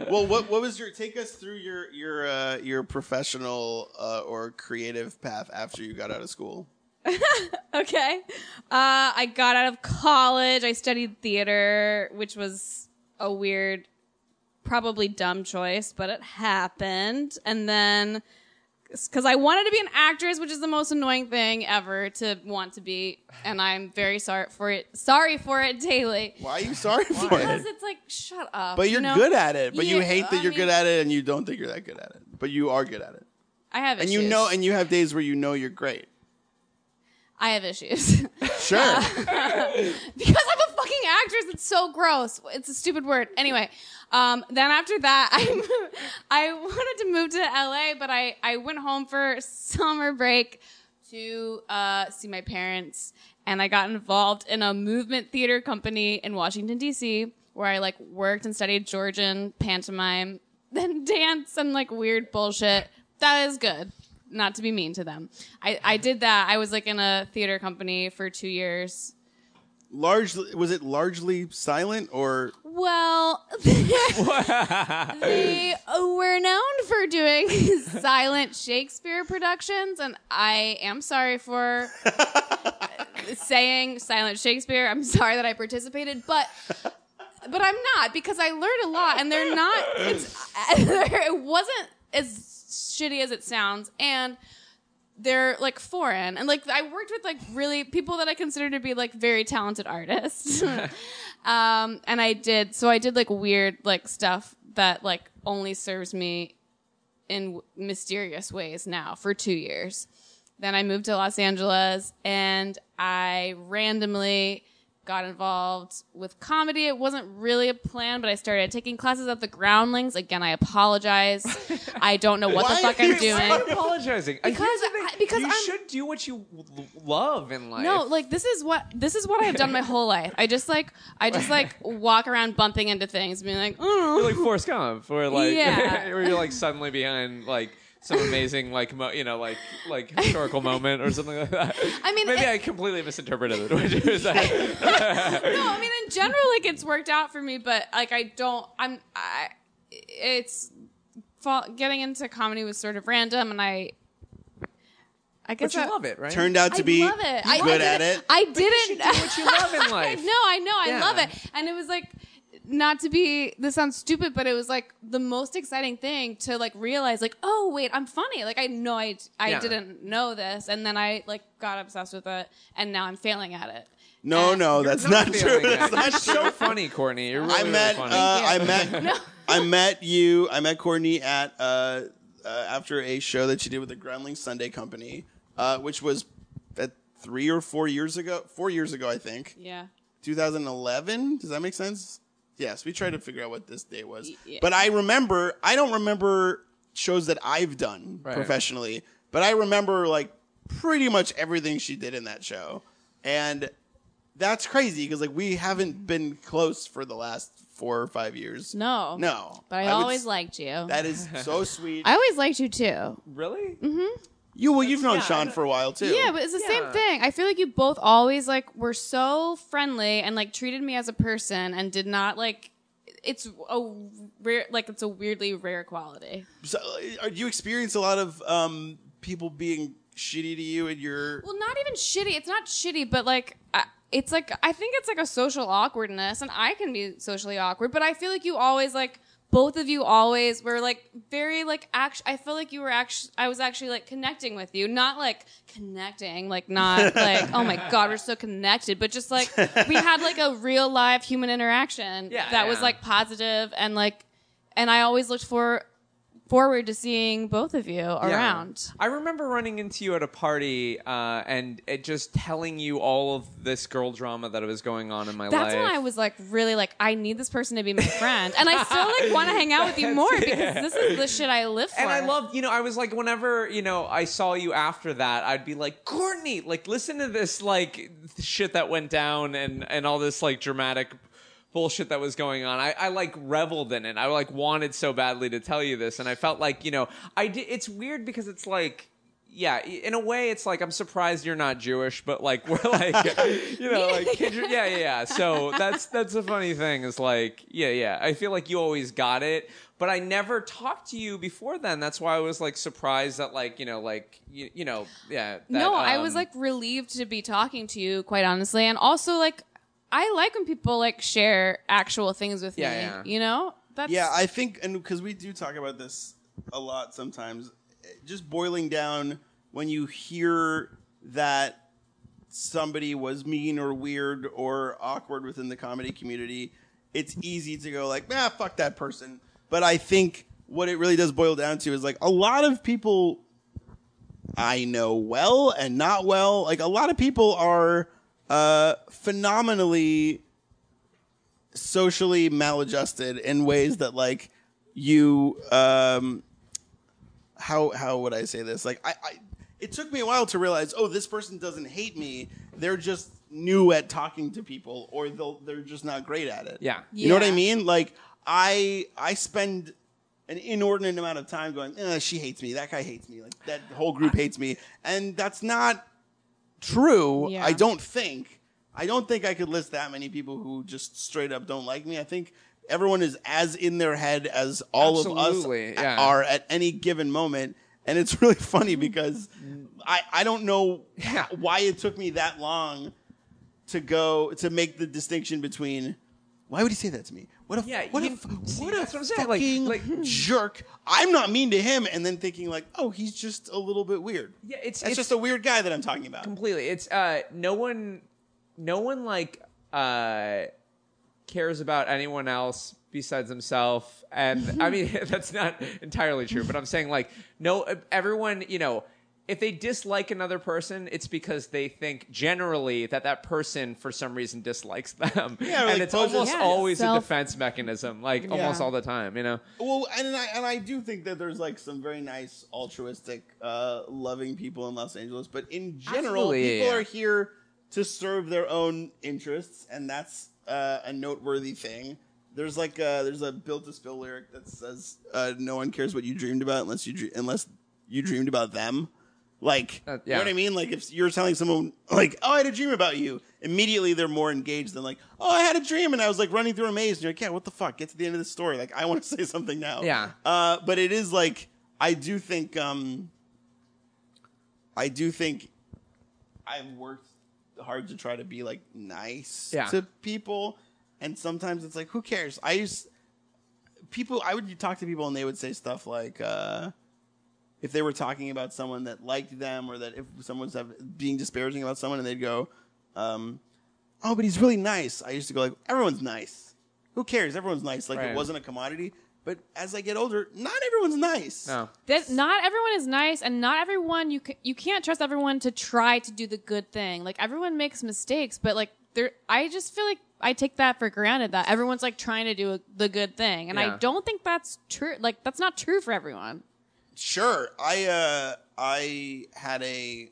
B: Well, what what was your take us through your your uh, your professional uh, or creative path after you got out of school?
E: okay, uh, I got out of college. I studied theater, which was a weird, probably dumb choice, but it happened. And then, because I wanted to be an actress, which is the most annoying thing ever to want to be, and I'm very sorry for it. Sorry for it daily.
B: Why are you sorry for
E: Because
B: it?
E: it's like, shut up.
B: But
E: you
B: you're
E: know?
B: good at it. But you
E: Yeah,
B: hate that
E: I
B: you're
E: mean-
B: good at it, and you don't think you're that good at it. But you are good at it,
E: I have
B: and
E: issues.
B: you know, and you have days where you know you're great.
E: I have issues. (laughs)
B: Sure.
E: because I'm a fucking actress. It's so gross. It's a stupid word. Anyway, um, then after that, (laughs) I I wanted to move to LA, but I I went home for summer break to uh, see my parents, and I got involved in a movement theater company in Washington D.C. where I like worked and studied Georgian pantomime (laughs) then dance and like weird bullshit. That is good. Not to be mean to them. I, I did that. I was like in a theater company for two years.
B: Largely, was it largely silent or
E: Well, (laughs) they were known for doing (laughs) silent Shakespeare productions, and I am sorry for saying silent Shakespeare. I'm sorry that I participated, but but I'm not because I learned a lot, and they're not. It's, (laughs) it wasn't as shitty as it sounds, and they're like foreign, and like I worked with like really people that I consider to be like very talented
B: (laughs)
E: artists, um, and I did so I did like weird like stuff that like only serves me in w- mysterious ways now for two years. Then I moved to Los Angeles and I randomly got involved with comedy. It wasn't really a plan, but I started taking classes at the Groundlings. Again,
B: (laughs)
E: I apologize. I don't know what the
B: Why
E: fuck
B: are
E: I'm
B: you
C: Why are you
E: doing.
C: apologizing? Uh, here's
E: Because
C: the thing.
E: I- because
C: you
E: I'm-
C: should do what you l- love in life.
E: No, like this is what this is what I've done my whole life. I just like
C: (laughs)
E: I just like walk around bumping into things, being like,
C: You're
E: oh,
C: like Forrest Gump, or like, (laughs)
E: Yeah.
C: or you're like suddenly behind like some amazing like mo- you know like like historical moment or something like that.
E: (laughs) I mean,
C: maybe
E: it-
C: I completely misinterpreted (laughs) what you were
E: (laughs)
C: saying.
E: no, I mean in general, like it's worked out for me, but like I don't, I'm, I, it's fall, getting into comedy was sort of random, and I, I guess
C: But you
E: I,
C: love it, right?
B: turned out to
E: I
B: be
E: love it. I,
B: good
E: I
B: at
E: didn't-
B: it?
E: I
C: you should
E: didn't.
C: do
E: (laughs)
C: what you love in life.
E: I know, I know, I
C: Yeah.
E: love it, and it was like not to be this sounds stupid but it was like the most exciting thing to like realize like oh wait i'm funny like i know i i
C: Yeah.
E: didn't know this and then i like got obsessed with it and now i'm failing at it
B: no,
E: And-
B: no, that's not, true.
C: feeling
B: That's
C: that.
B: not
C: You're so
B: true.
C: funny, Courtney. You're really,
B: (laughs) I met,
C: really
B: uh,
C: funny.
B: I
E: Thank you. (laughs)
B: met, I met you. I met Courtney at uh, uh, after a show that she did with the Gremlin Sunday Company, uh, which was at three or four years ago. Four years ago, I think.
E: yeah
B: 2011. Does that make sense? Yes, we tried to figure out what this day was.
E: Y- yeah.
B: But I remember, I don't remember shows that I've done
C: Right.
B: professionally, but I remember like pretty much everything she did in that show. And that's crazy because like we haven't been close for the last four or five years.
E: No.
B: No.
E: But I,
B: would
E: always
B: s-
E: liked you.
B: That is
E: (laughs)
B: so sweet.
E: I always liked you too.
C: really?
E: Mm-hmm.
B: you well, you've known
C: yeah, I
B: Sean
C: know.
B: for a while too.
E: Yeah, but it's the
C: Yeah.
E: same thing. I feel like you both always like were so friendly and like treated me as a person and did not like it's a rare like it's a weirdly rare quality.
B: so, uh, do you experience a lot of um, people being shitty to you in your?
E: Well, not even shitty. It's not shitty, but like I, it's like I think it's like a social awkwardness, and I can be socially awkward, but I feel like you always like both of you always were like very like act. I feel like you were actually I was actually like connecting with you, not like connecting, like
C: (laughs)
E: not like oh my god we're so connected, but just like we had like a real live human interaction
C: Yeah,
E: that
C: yeah.
E: was like positive and like, and I always looked for forward to seeing both of you
C: Yeah.
E: around.
C: I remember running into you at a party uh, and it just telling you all of this girl drama that was going on in my life.
E: That's when I was like, really like, I need this person to be my friend, and I still
C: (laughs)
E: like want to hang out with you more because this is the shit I live for.
C: And I loved, you know, I was like, whenever, you know, I saw you after that, I'd be like, Courtney, like, listen to this, like, shit that went down and, and all this, like, dramatic bullshit that was going on. I, I, like, reveled in it. I, like, wanted so badly to tell you this. And I felt like, you know, I did, it's weird because it's like, yeah, i- in a way, it's like I'm surprised you're not Jewish, but like (laughs) we're like, you know,
E: (laughs)
C: like kid, yeah, yeah, yeah. So that's that's the funny thing is like, yeah, yeah. I feel like you always got it, but I never talked to you before then. That's why I was like surprised that like you know like you, you know yeah. That,
E: no, I was
C: um,
E: like relieved to be talking to you, quite honestly, and also like, I like when people like share actual things with
C: Yeah,
E: me.
C: yeah.
E: You know, that's
B: Yeah, I think, and because we do talk about this a lot sometimes, it- just boiling down when you hear that somebody was mean or weird or awkward within the comedy community, it's easy to go like, nah, fuck that person. But I think what it really does boil down to is like a lot of people I know well and not well, like a lot of people are uh, phenomenally socially maladjusted in ways that like you um how how would i say this like I, I it took me a while to realize oh this person doesn't hate me they're just new at talking to people or they'll, they're just not great at it
C: Yeah.
B: you know what i
E: Yeah.
B: mean like i i spend an inordinate amount of time going, "Eh, she hates me, that guy hates me, like that whole group hates me. And that's not true,
E: Yeah.
B: I don't think. I don't think I could list that many people who just straight up don't like me. I think everyone is as in their head as all
C: Absolutely,
B: of us
C: yeah. Mm.
B: are at any given moment. And it's (laughs) really funny because I, I don't know
C: Yeah.
B: why it took me that long to go to make the distinction between why would he say that to me? What a
C: Yeah,
B: what a
C: you-
B: f-
C: see,
B: what a
C: that's what I'm saying, like-
B: fucking
C: like-
B: jerk! I'm not mean to him, and then thinking like, oh, he's just a little bit weird.
C: Yeah, it's-
B: that's
C: it's-
B: just a weird guy that I'm talking about.
C: completely it's uh no one no one like uh cares about anyone else besides himself and i mean (laughs) that's not entirely true but i'm saying like no everyone you know if they dislike another person it's because they think generally that that person for some reason dislikes them
B: Yeah, or,
C: and
B: like,
C: it's
B: poses-
C: almost
E: Yeah,
C: always a
E: self-
C: defense mechanism like almost all the time you know
B: Well, and I and I do think that there's like some very nice, altruistic, uh, loving people in Los Angeles, but in general,
C: Absolutely, yeah,
B: people
C: yeah.
B: are here to serve their own interests, and that's uh, a noteworthy thing. There's like a, there's a built to spill lyric that says, uh, "No one cares what you dreamed about unless you dre- unless you dreamed about them." Like,
C: Uh,
B: you know what
C: yeah.
B: I mean? Like, if you're telling someone, like, "Oh, I had a dream about you," immediately they're more engaged than like, "Oh, I had a dream and I was like running through a maze." And you're like, "Yeah, what the fuck? Get to the end of the story. Like, I want to (laughs) say something now."
C: Yeah.
B: Uh, but it is like I do think um, I do think I've worked hard to try to be like nice
C: Yeah.
B: to people, and sometimes it's like who cares? I used people. I would talk to people and they would say stuff like. Uh, if they were talking about someone that liked them or that if someone was have- being disparaging about someone and they'd go, um, oh, but he's really nice. I used to go like, everyone's nice. Who cares? Everyone's nice. Like
C: Right.
B: it wasn't a commodity. But as I get older, not everyone's nice.
C: no
E: That not everyone is nice, and not everyone you can, you can't trust everyone to try to do the good thing. Like everyone makes mistakes, but like there, I just feel like I take that for granted that everyone's like trying to do a, the good thing, and
C: Yeah.
E: I don't think that's true. Like that's not true for everyone.
B: Sure. I uh, I had a,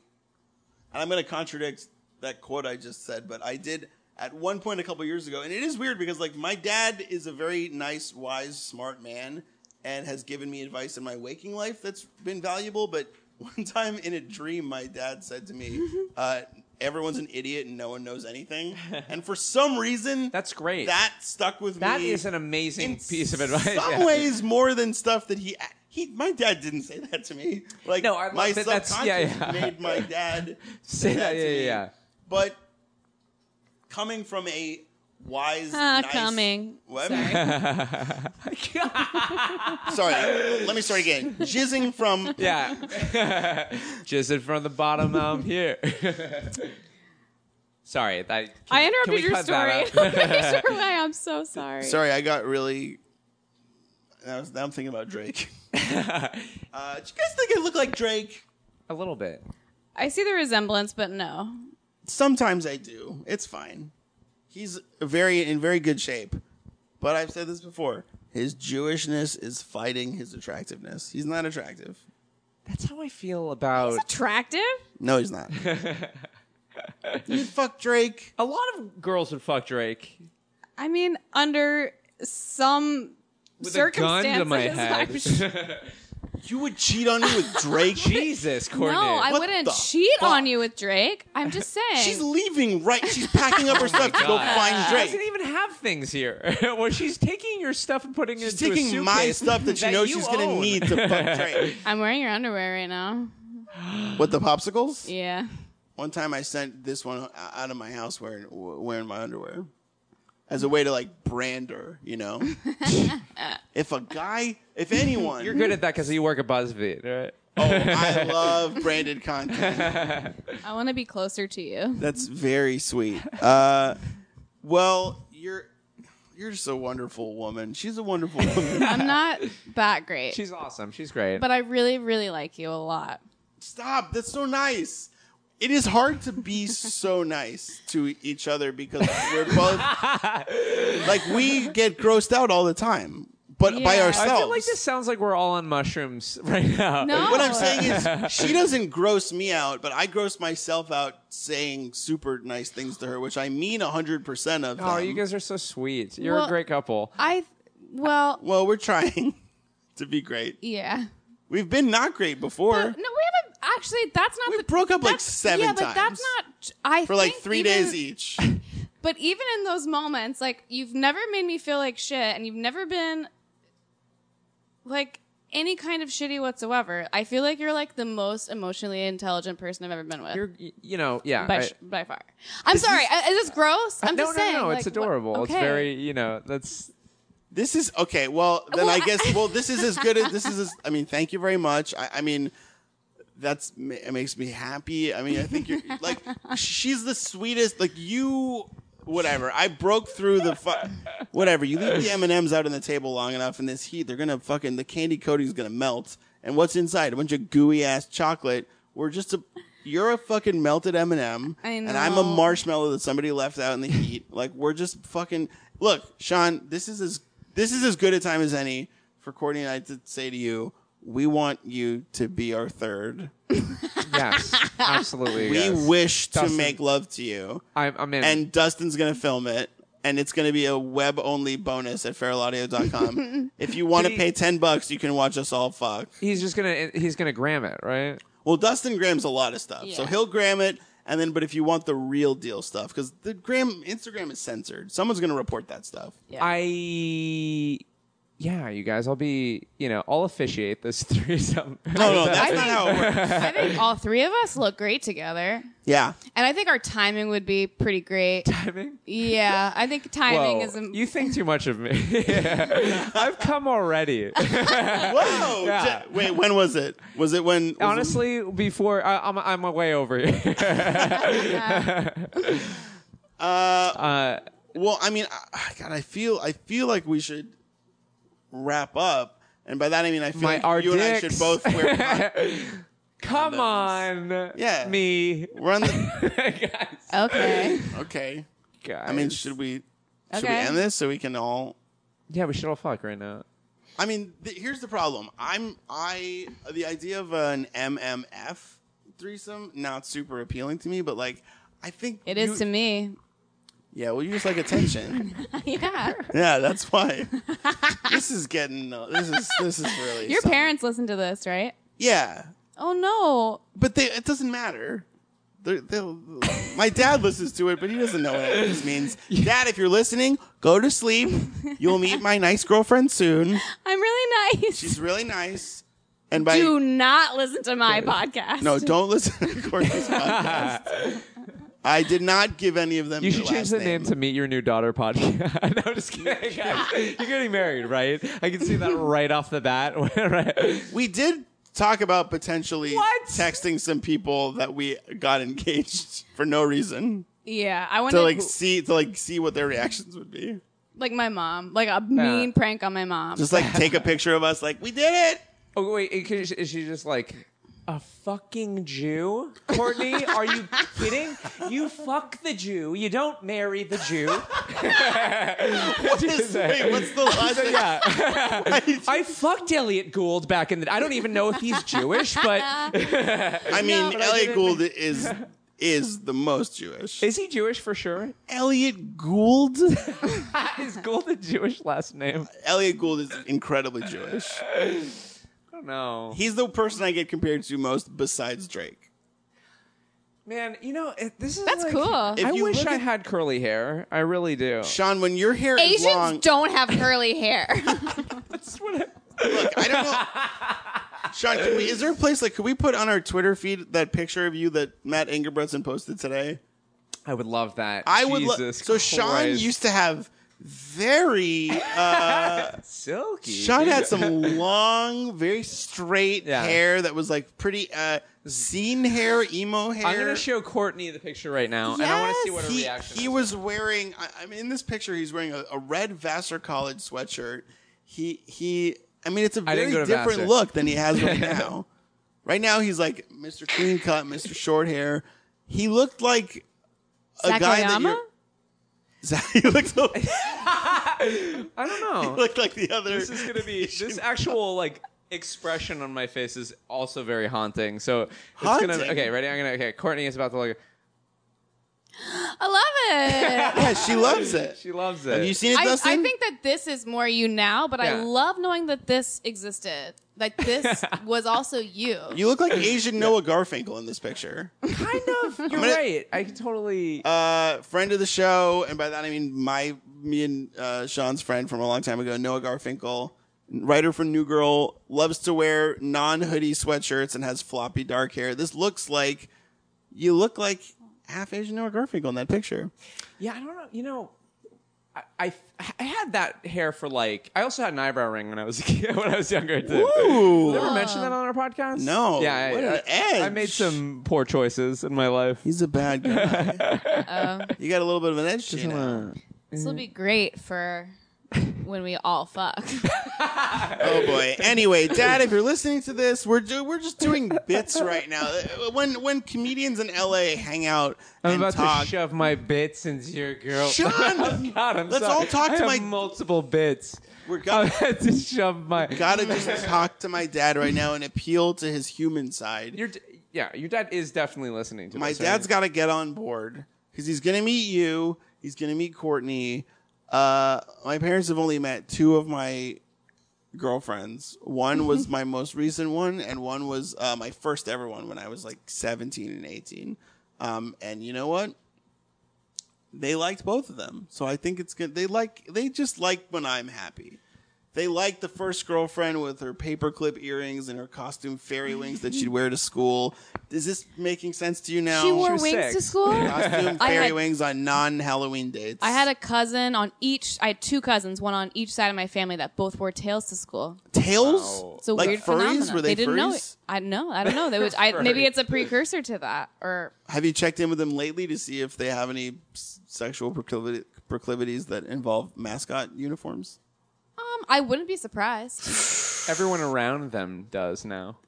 B: and I'm going to contradict that quote I just said, but I did at one point a couple years ago, and it is weird because like my dad is a very nice, wise, smart man, and has given me advice in my waking life that's been valuable. But (laughs) one time in a dream, my dad said to
C: (laughs)
B: me, uh, "Everyone's an idiot and no one knows anything," and for some reason,
C: That's great.
B: That stuck with
C: that
B: me.
C: is an amazing piece of advice
B: Some
C: (laughs) yeah.
B: ways more than stuff that he he. My dad didn't say that to me. Like
C: No, I love
B: my
C: that that's-
B: subconscious
C: yeah, yeah.
B: made my dad say
C: Say
B: that.
C: that,
B: to
C: yeah,
B: me.
C: yeah, yeah.
B: But coming from a wise,
E: Ah,
B: nice-
E: coming.
B: What?
E: Sorry.
C: (laughs)
B: Sorry. Let me start again. Jizzing from
C: Yeah. (laughs) Just in from the bottom, now I'm here. (laughs) Sorry, that, can,
E: I
C: can we
E: interrupted your
C: cut
E: story.
C: that
E: in (laughs)
C: out?
E: a major way. I'm so sorry.
B: Sorry, I got really. I was, now I'm thinking about
C: (laughs)
B: Drake. uh, do you guys think I look like Drake?
C: A little bit.
E: I see the resemblance, but no.
B: Sometimes I do. It's fine. He's very in very good shape. But I've said this before. His Jewishness is fighting his attractiveness. He's not attractive.
C: That's how I feel about
E: It's attractive.
B: No, he's
C: (laughs)
B: not. you fuck Drake.
C: a lot of girls would fuck Drake.
E: I mean, under some
C: With a gun
E: circumstances, (laughs)
C: to my
E: I'm sure-
C: head.
B: You would cheat on me with Drake.
C: (laughs) Jesus, Courtney.
E: No, I
B: What
E: wouldn't
B: the
E: cheat
B: fuck?
E: on you with Drake. I'm just
B: (laughs)
E: saying.
B: She's leaving right. She's packing up her stuff to go
C: Oh God.
B: find
C: She doesn't
B: Drake.
C: even have things here. (laughs) well, she's taking your stuff and putting
B: She's
C: it into a
B: taking my
C: suitcase
B: stuff that she knows
C: you
B: she's gonna
C: own.
B: need to fuck
C: (laughs)
B: Drake.
E: I'm wearing your underwear right now.
B: What the popsicles?
E: Yeah.
B: One time I sent this one o- out of my house wearing wearing my underwear as a way to like brand her, you know. if a guy, if anyone,
C: You're good at that because you work at BuzzFeed, right?
B: Oh, I love branded content.
E: I want to be closer to
B: (laughs)
E: you.
B: That's very sweet. Uh, well, you're you're just a wonderful woman. She's a wonderful woman.
E: I'm not that great,
C: She's awesome. She's great.
E: but I really, really like you a lot.
B: Stop. That's so nice. It is hard to be so nice to each other because we're both like we get grossed out all the time, but by
E: Yeah. I
B: ourselves.
E: feel
C: I feel like this sounds like we're all on mushrooms (laughs) right now.
E: No.
B: What I'm saying
E: (laughs)
B: is, she doesn't gross me out, but I gross myself out saying super nice things to her, which I mean 100% of.
C: Oh,
B: them.
C: you guys are so sweet. You're
E: Well,
C: a great couple.
E: I well,
B: Well, we're trying. (laughs) to be great.
E: Yeah.
B: We've been not great before.
E: no, we haven't. Actually, that's not.
B: We
E: the,
B: broke up, like,
E: that's-
B: seven
E: Yeah, but
B: times.
E: that's not. I
B: for like
E: think
B: three
E: even-
B: days
E: (laughs)
B: each.
E: But even in those moments, like you've never made me feel like shit, and you've never been like any kind of shitty whatsoever. I feel like you're like the most emotionally intelligent person I've ever been with.
C: You're, you know, yeah.
E: by,
C: I-
E: sh by far. I'm sorry. I- Is this gross? I'm
C: no,
E: just
C: no,
E: saying.
C: no,
E: like,
C: it's
E: what-
C: adorable. It's
E: okay.
C: very, you know,
E: (laughs)
C: that's
B: This is okay. Well, then
E: Well,
B: I
E: I-
B: guess. well, this is as good as this is. As, I mean, thank you very much. I, I mean, that's ma- it makes me happy. I mean, I think
E: (laughs)
B: you're like she's the sweetest. Like you, whatever. I broke through the fu- whatever. You leave
E: (laughs)
B: the M and M's out on the table long enough in this heat, they're gonna fucking the candy coating's gonna melt. And what's inside? A bunch of gooey ass chocolate. We're just a. You're a fucking melted M and m
E: I
B: and I'm a
E: know.
B: marshmallow that somebody left out in the heat. Like we're just fucking. Look, Sean, this is as this is as good a time as any for Courtney and I to say to you, we want you to be our third.
C: yes, absolutely.
B: We
C: yes.
B: wish to
C: Dustin.
B: make love to you,
C: I'm, I'm in.
B: and Dustin's gonna film it. And it's going to be a web only bonus at feralaudio.com. if you want to
C: Did he-
B: pay 10 bucks, you can watch us all fuck.
C: he's just gonna he's gonna gram it, right?
B: Well, Dustin grams a lot of stuff, so
E: Yeah.
B: he'll gram it, and then. But if you want the real deal stuff, because the gram Instagram is censored, someone's going to report that stuff.
E: Yeah.
C: I yeah, you guys, I'll be you know, I'll officiate this (laughs) threesome.
B: Oh, No, no, that's not
E: I think-
B: how it works.
E: I
C: (laughs)
E: think all three of us look great together,
B: Yeah,
E: and I think our timing would be pretty great.
C: timing.
E: Yeah, I think timing
C: Whoa,
E: is. im-
C: you think too much of me.
E: (laughs)
C: (laughs) I've come already.
B: Whoa!
C: Yeah.
B: J- wait, when was it? Was it when? was it-
C: Honestly, before I, I'm I'm a way over
E: (laughs)
C: here. (laughs) uh,
B: well, I mean, I, God, I feel I feel like we should wrap up, and by that I mean I feel
C: My- our
B: like you and I
C: dicks.
B: should both
C: (laughs)
B: wear. con-
C: come on,
B: Yeah.
C: me,
B: We're on the
C: guys. (laughs)
E: okay.
B: okay.
C: guys.
B: I mean, should we? Should we
E: Okay.
B: end this so we can all?
C: yeah, we should all fuck right now.
B: I mean, th- here's the problem. I'm I the idea of an MMF threesome not super appealing to me, but like I think
E: It is
B: you-
E: to
C: (laughs)
E: me.
B: Yeah, well, you just like
E: (laughs)
B: attention.
E: Yeah.
B: yeah, that's why. this is getting uh, this is this is really
E: Your
B: something.
E: parents listen to this, right?
B: Yeah,
E: Oh no.
B: but they, it doesn't matter. They're, they'll, my dad listens to it, but he doesn't know what this
C: (laughs)
B: means. Dad, if you're listening, go to sleep. You'll meet my nice girlfriend soon.
E: I'm really nice.
B: She's really nice. And by
E: (laughs) Do not listen to my podcast.
B: No, don't listen to Courtney's podcast.
C: (laughs)
B: I did not give any of them.
C: You
B: your
C: should change
B: last
C: the name. to Meet Your New Daughter podcast. (laughs) no, I'm just kidding. Guys. You're getting married, right? I can see (laughs) that right off the bat. Right?
B: We did talk about potentially
C: What?
B: texting some people that we got engaged for no reason
E: (laughs) Yeah, I want
B: to
E: to
B: like see to like see what their reactions would be.
E: like my mom, like a mean prank on my mom.
B: Just like take
C: (laughs)
B: a picture of us, like we did it.
C: oh wait, it- is is she just like a fucking Jew? Courtney, are you kidding? You fuck the Jew. You don't marry the (laughs) Jew.
B: (laughs) What is, wait, what's the last?
C: Yeah. (laughs) I fucked Elliot Gould back in the. I don't even know if he's Jewish, but
B: I mean,
C: but I
B: Elliot
C: didn't-
B: Gould is is the most Jewish.
C: is he Jewish for sure?
B: Elliot Gould?
C: (laughs) Is Gould a Jewish last name?
B: Elliot Gould is incredibly Jewish.
C: I don't know.
B: He's the person I get compared to most besides Drake.
C: Man, you know it, this is
E: That's
C: like-
E: cool.
B: If
C: I
B: you
C: wish
B: look
C: I
B: at-
C: had curly hair. I really do.
B: Sean, when your hair is
E: Asians
B: long,
E: don't have curly
B: (laughs)
E: hair.
C: That's what I-
B: look, I don't know. Sean, can we, is there a place like could we put on our Twitter feed that picture of you that Matt Ingebrigtsen posted today?
C: I would love that.
B: I would.
C: love.
B: Lo- so Sean used to have very. Uh,
C: silky.
B: Sean had some long, very straight
C: Yeah.
B: hair that was like pretty uh, zine hair, emo hair.
C: I'm gonna show Courtney the picture right now, and I want to see what her
B: he,
C: reaction.
B: he
C: is.
B: was wearing I, I mean in this picture he's wearing a, a red Vassar College sweatshirt. He he I mean it's a very
C: I didn't go to
B: different
C: Vassar.
B: look than he has
C: (laughs)
B: right now. right now he's like Mr. Clean Cut, Mr. Short Hair. He looked like a guy that
E: Sakayama?
B: you're (laughs) he looked,
C: (laughs)
B: he
C: I
B: (laughs)
C: don't know.
B: looked like the other.
C: this is
B: (laughs)
C: gonna be this actual like expression on my face is also very haunting. So it's
B: Haunting?
C: gonna okay. Ready? I'm gonna okay. Courtney is about to like.
E: I
B: (laughs)
E: love it.
B: Yeah, she loves it.
C: She loves it.
B: Have you seen it,
E: I,
B: Dustin?
E: I think that this is more you now, but I
C: Yeah.
E: love knowing that this existed.
B: (laughs)
E: Like this was also you.
B: you look like Asian Noah Garfinkel in this picture.
C: kind
B: (laughs)
C: of. You're
B: gonna-
C: right. I can totally.
B: Uh, friend of the show, and by that I mean my me and uh, Sean's friend from a long time ago, Noah Garfinkel, writer for New Girl, loves to wear non hoodie sweatshirts and has floppy dark hair. This looks like you look like half Asian Noah Garfinkel in that picture.
C: yeah, I don't know. You know, I, I I had that hair for like. I also had an eyebrow ring when I was a kid, (laughs) when I was younger too.
B: Ooh.
C: Did I ever mention that on our podcast?
B: No.
C: Yeah, I,
B: What an
C: I,
B: edge.
C: I made some poor choices in my life.
B: He's a bad
E: (laughs)
B: guy.
E: Um,
B: you got a little bit of an edge to you. now.
E: this will be great for when we
B: (laughs)
E: all fuck.
B: Oh boy. Anyway, Dad, if you're listening to this, we're do- we're just doing bits right now. Uh, When when comedians in LA hang out
C: I'm
B: and
C: about
B: talk,
C: to shove my bits into your girl.
B: Sean,
C: God, (laughs) I'm
B: Let's
C: sorry.
B: all talk
C: I
B: to
C: have
B: my-
C: multiple bits.
B: we're
C: (laughs) I'm
B: got
C: about to shove my.
B: gotta just talk to my dad right now and appeal to his human side.
C: Your d- yeah, your dad is definitely listening to
B: my
C: this,
B: dad's
C: right?
B: got to get on board because he's gonna meet you. He's gonna meet Courtney. Uh, my parents have only met two of my girlfriends. One
E: (laughs)
B: was my most recent one, and one was uh, my first ever one when I was like seventeen and eighteen. Um, and you know what? They liked both of them, so I think it's good. They like they just like when I'm happy. They liked the first girlfriend with her paperclip earrings and her costume fairy wings that she'd wear to school. Is this making sense to you now?
E: she wore
C: was
E: wings
C: sick.
E: to school.
B: costume
E: I
B: fairy
E: had-
B: wings on non-Halloween dates.
E: I had a cousin on each. I had two cousins, one on each side of my family that both wore tails to school.
B: tails.
E: It's a
B: like
E: weird
B: furries?
E: phenomenon.
B: Were they,
E: didn't know it.
B: furries?
E: I know. I don't know. They was,
B: (laughs)
E: I, maybe it's a precursor to that, or
B: Have you checked in with them lately to see if they have any s- sexual proclivi- proclivities that involve mascot uniforms?
E: um, I wouldn't be surprised.
C: Everyone around them does now.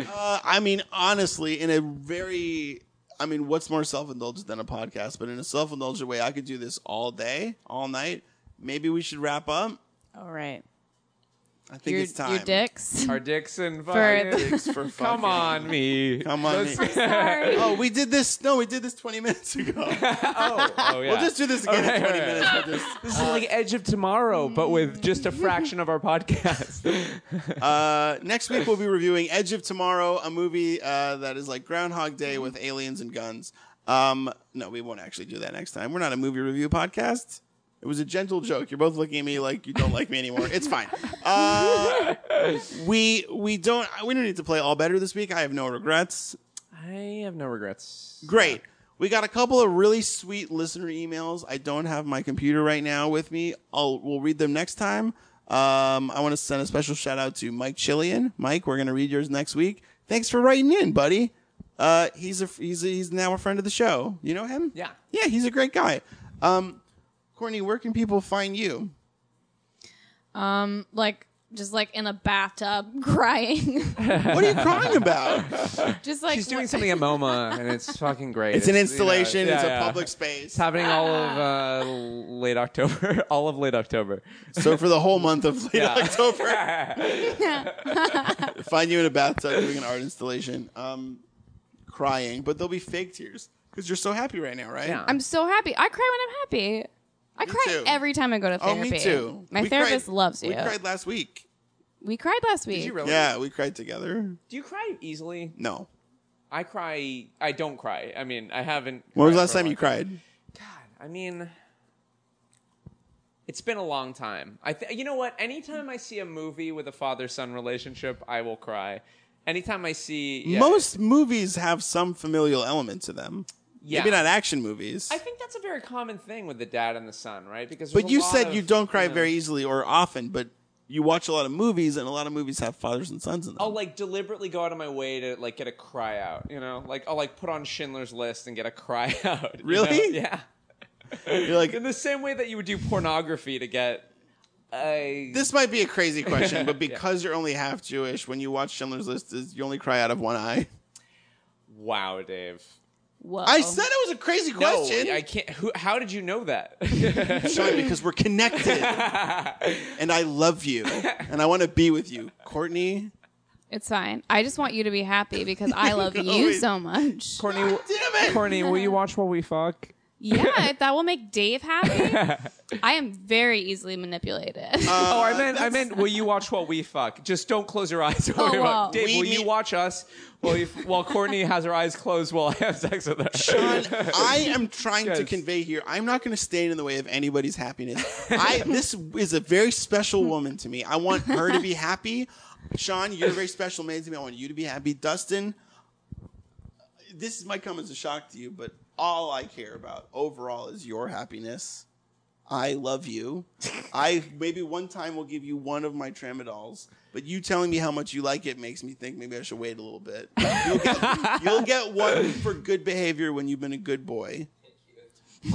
B: Uh, I mean, honestly, in a very, I mean, what's more self-indulgent than a podcast? But in a self-indulgent way, I could do this all day, all night. Maybe we should wrap up.
E: All right,
B: I think
E: your
B: it's time.
E: your
B: (laughs)
E: dicks.
C: Our dicks invited.
E: For
B: Thanks
E: (laughs)
B: for
C: Come
B: fucking-
C: on, me.
B: Come on.
C: Let's-
B: me.
E: Sorry.
B: Oh, we did this. No, we did this 20 minutes ago.
C: (laughs)
B: (laughs)
C: Oh, oh, yeah.
B: We'll just do this again in
C: Okay,
B: 20
C: all right.
B: minutes.
C: (laughs)
B: We'll just-
C: This is like Edge of Tomorrow, but with just a fraction of our podcast.
B: Uh, next week, we'll be reviewing Edge of Tomorrow, a movie uh, that is like Groundhog Day with aliens and guns. Um, no, we won't actually do that next time. We're not a movie review podcast. It was a gentle joke. You're both looking at me like you don't like me anymore. It's fine.
C: (laughs)
B: Uh, we we don't we don't need to play all better this week. I have no regrets.
C: I have no regrets.
B: Great. We got a couple of really sweet listener emails. I don't have my computer right now with me. I'll we'll read them next time. Um, I want to send a special shout out to Mike Chillian. Mike, we're gonna read yours next week. Thanks for writing in, buddy. Uh, he's a he's a, he's now a friend of the show. You know him?
C: Yeah.
B: Yeah, he's a great guy. Um, Courtney, where can people find you?
E: Um, like just like in a bathtub (laughs) crying,
B: What are you crying
C: (laughs)
B: about?
E: just like
C: She's doing something at MoMA, and it's fucking great.
B: It's an
C: you know,
B: installation.
C: yeah,
B: it's a
C: yeah.
B: public space.
C: It's happening all of uh, late October. (laughs) all of late October.
B: So for the whole month of late
C: Yeah.
E: (laughs)
B: October, find you in a bathtub doing an art installation, um, crying, but they'll be fake tears because you're so happy right now, right?
C: Yeah.
E: I'm so happy. I cry when I'm happy. I cry
B: too.
E: every time I go to
B: Oh,
E: therapy.
B: me too.
E: My
B: We
E: therapist
B: cried-
E: loves you.
B: We cried last week.
E: We cried last week.
C: Did you really?
B: Yeah, we cried together.
C: Do you cry easily?
B: No.
C: I cry. I don't cry. I mean, I haven't.
B: When was
C: cried
B: the last
C: for a
B: time
C: long
B: you cried?
C: God, I mean, it's been a long time. I th- you know what? Anytime I see a movie with a father-son relationship, I will cry. Anytime I see yeah,
B: Most movies have some familial element to them.
C: yeah.
B: Maybe not action movies.
C: I think that's a very common thing with the dad and the son, right? Because
B: but
C: there's a
B: you
C: lot
B: said
C: of,
B: you don't cry
C: know,
B: very easily or often, but you watch a lot of movies, and a lot of movies have fathers and sons in them.
C: I'll like deliberately go out of my way to like get a cry out, you know? Like I'll like put on Schindler's List and get a cry (laughs) out. you
B: Really?
C: know? Yeah.
B: You're like,
C: In the same way that you would do pornography to get a
B: This might be a
C: (laughs)
B: crazy question, but because you're only half Jewish, when you watch Schindler's List, is you only cry out of one eye?
C: (laughs) wow, Dave.
E: Whoa.
B: I said it was a crazy question,
C: Um, No, I can't. Who, how did you know that? (laughs)
B: Sean, because we're connected, and I love you, and I want to be with you, Courtney.
E: It's fine. I just want you to be happy because I
B: (laughs)
E: love
B: No,
E: you
B: it-
E: so much.
C: Courtney, w-
B: Damn it!
C: Courtney, will you watch while we fuck?
B: (laughs)
E: Yeah, if that will make Dave happy, I am very easily manipulated.
B: Uh,
C: oh, I meant, I meant, will you watch while we fuck? Just don't close your eyes. (laughs) Don't
E: Oh,
C: worry about
E: wow.
C: it. Dave,
B: We
C: will you
B: need-
C: watch us while, you, while Courtney has her eyes closed while I have sex with her?
B: Sean, I am trying to
C: Yes.
B: convey here. I'm not going to stand in the way of anybody's happiness. I this is a very special woman to me. I want her to be happy. Sean, you're a very special man to me. I want you to be happy. Dustin, this might come as a shock to you, but all I care about overall is your happiness. I love you. I maybe one time will give you one of my tramadols, but you telling me how much you like it makes me think maybe I should wait a little bit. You'll get, you'll get one for good behavior when you've been a good boy.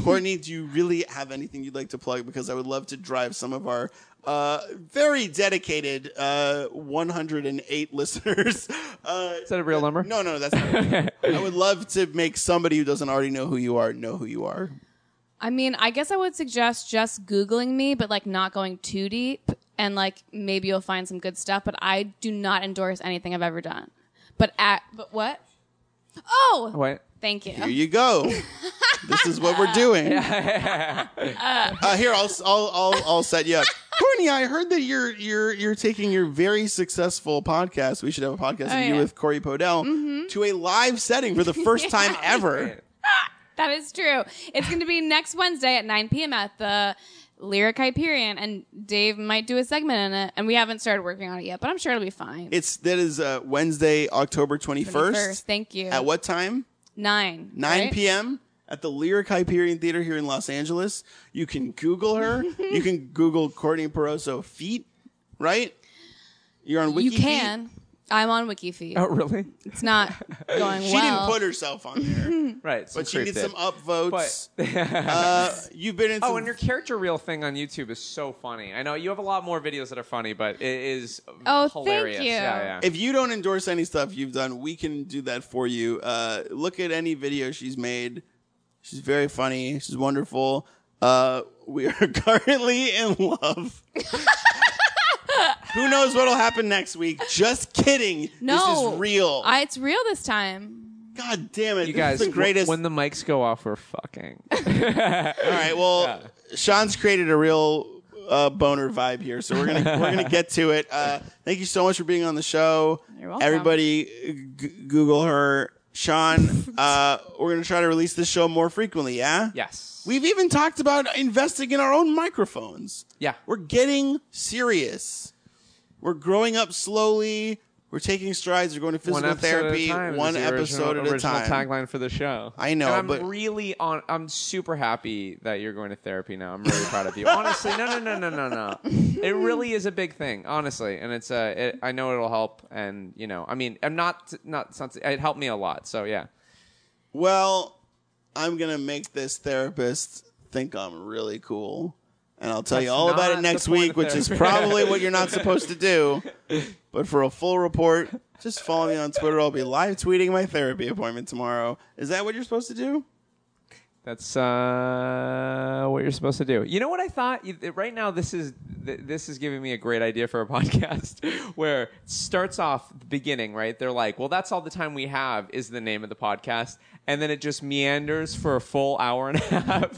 B: Courtney, do you really have anything you'd like to plug? Because I would love to drive some of our uh, very dedicated uh, 108 (laughs) listeners. Uh,
C: Is that a real number?
B: no, no, that's not. I would love to make somebody who doesn't already know who you are know who you are.
E: (laughs) I mean, I guess I would suggest just Googling me, but like not going too deep and like maybe you'll find some good stuff, but I do not endorse anything I've ever done. But at, but what? Oh!
C: Wait.
E: Thank you.
B: Here you go. this is what we're doing. uh, here, I'll, I'll I'll I'll set you up. Courtney, I heard that you're you're you're taking your very successful podcast. We should have a podcast
E: Oh,
B: of you
E: yeah. Mm-hmm.
B: with Corey Podell to a live setting for the first time ever.
E: That is true. It's going to be next Wednesday at 9 p.m. at the Lyric Hyperion, and Dave might do a segment in it. And we haven't started working on it yet, but I'm sure it'll be fine.
B: It's that is uh, Wednesday, October twenty first.
E: Thank you.
B: At what time?
E: 9.
B: 9
E: right?
B: p.m. at the Lyric Hyperion Theater here in Los Angeles. You can Google
E: (laughs)
B: her. you can Google Courtney Peroso feet, right? You're on Wiki.
E: You can. I'm on WikiFeed.
C: Oh, really?
E: It's not
B: (laughs)
E: going
B: She
E: well.
B: didn't put herself on there,
C: Right. some
B: but she
C: creep
B: did
C: did.
B: some upvotes. uh, you've been in. Some,
C: Oh, and your character reel thing on YouTube is so funny. I know you have a lot more videos that are funny, but it is
E: Oh, thank
C: hilarious.
E: you.
C: Yeah, yeah.
B: if you don't endorse any stuff you've done, we can do that for you. Uh, look at any video she's made. She's very funny. She's wonderful. Uh, we are (laughs) currently in love. Who knows what'll happen next week? Just kidding.
E: no.
B: this is real.
E: I, it's real this time.
B: God damn it!
C: You guys,
B: this is the greatest.
C: when the mics go off,
B: (laughs)
C: we're fucking.
B: All right, well, Sean's created a real uh, boner vibe here, so we're gonna we're gonna get to it. Uh, thank you so much for being on the show.
E: You're welcome.
B: Everybody, g- Google her,
E: (laughs)
B: Sean. uh, we're gonna try to release this show more frequently. Yeah.
C: yes.
B: We've even talked about investing in our own microphones.
C: Yeah.
B: We're getting serious. We're growing up slowly. We're taking strides. We're going to physical therapy one episode at a time.
C: tagline for the show.
B: I know,
C: And I'm
B: but-
C: really on. I'm super happy that you're going to therapy now. I'm really proud of (laughs) you. Honestly, no, no, no, no, no, no. It really is a big thing, honestly, and it's. Uh, it, I know it'll help, and you know, I mean, I'm not not. it's not- It helped me a lot. So yeah.
B: well, I'm gonna make this therapist think I'm really cool, and I'll tell you
C: That's
B: all about
C: not
B: it
C: the
B: next
C: point
B: week,
C: of
B: which is
C: therapy.
B: probably what you're
C: (laughs)
B: not supposed to do. But for a full report, just follow me on Twitter. I'll be live tweeting my therapy appointment tomorrow. Is that what you're supposed to do?
C: That's uh, what you're supposed to do. You know what I thought? You- Right now, this is th- this is giving me a great idea for a (laughs) podcast where it starts off the beginning. Right? They're like, "Well, that's all the time we have." Is the name of the podcast, and then it just meanders for a full hour and a (laughs) half,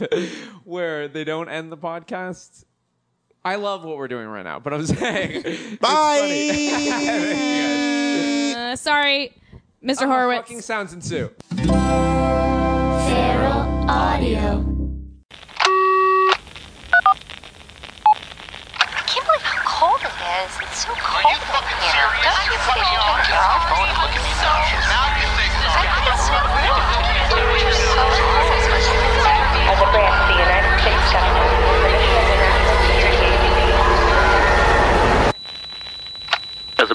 C: where they don't end the podcast. I love what we're doing right now, but I'm (laughs) saying, it's funny.
E: Uh, sorry, Mr.
C: How
E: Horowitz.
C: (laughs) Oh, fucking sounds ensue.
F: Feral Audio.
G: I can't believe how cold it is. It's so cold. Are you fucking serious? Don't you fucking talk to Look at me so now you think so. I think it's so cold. It's so cold.
H: as a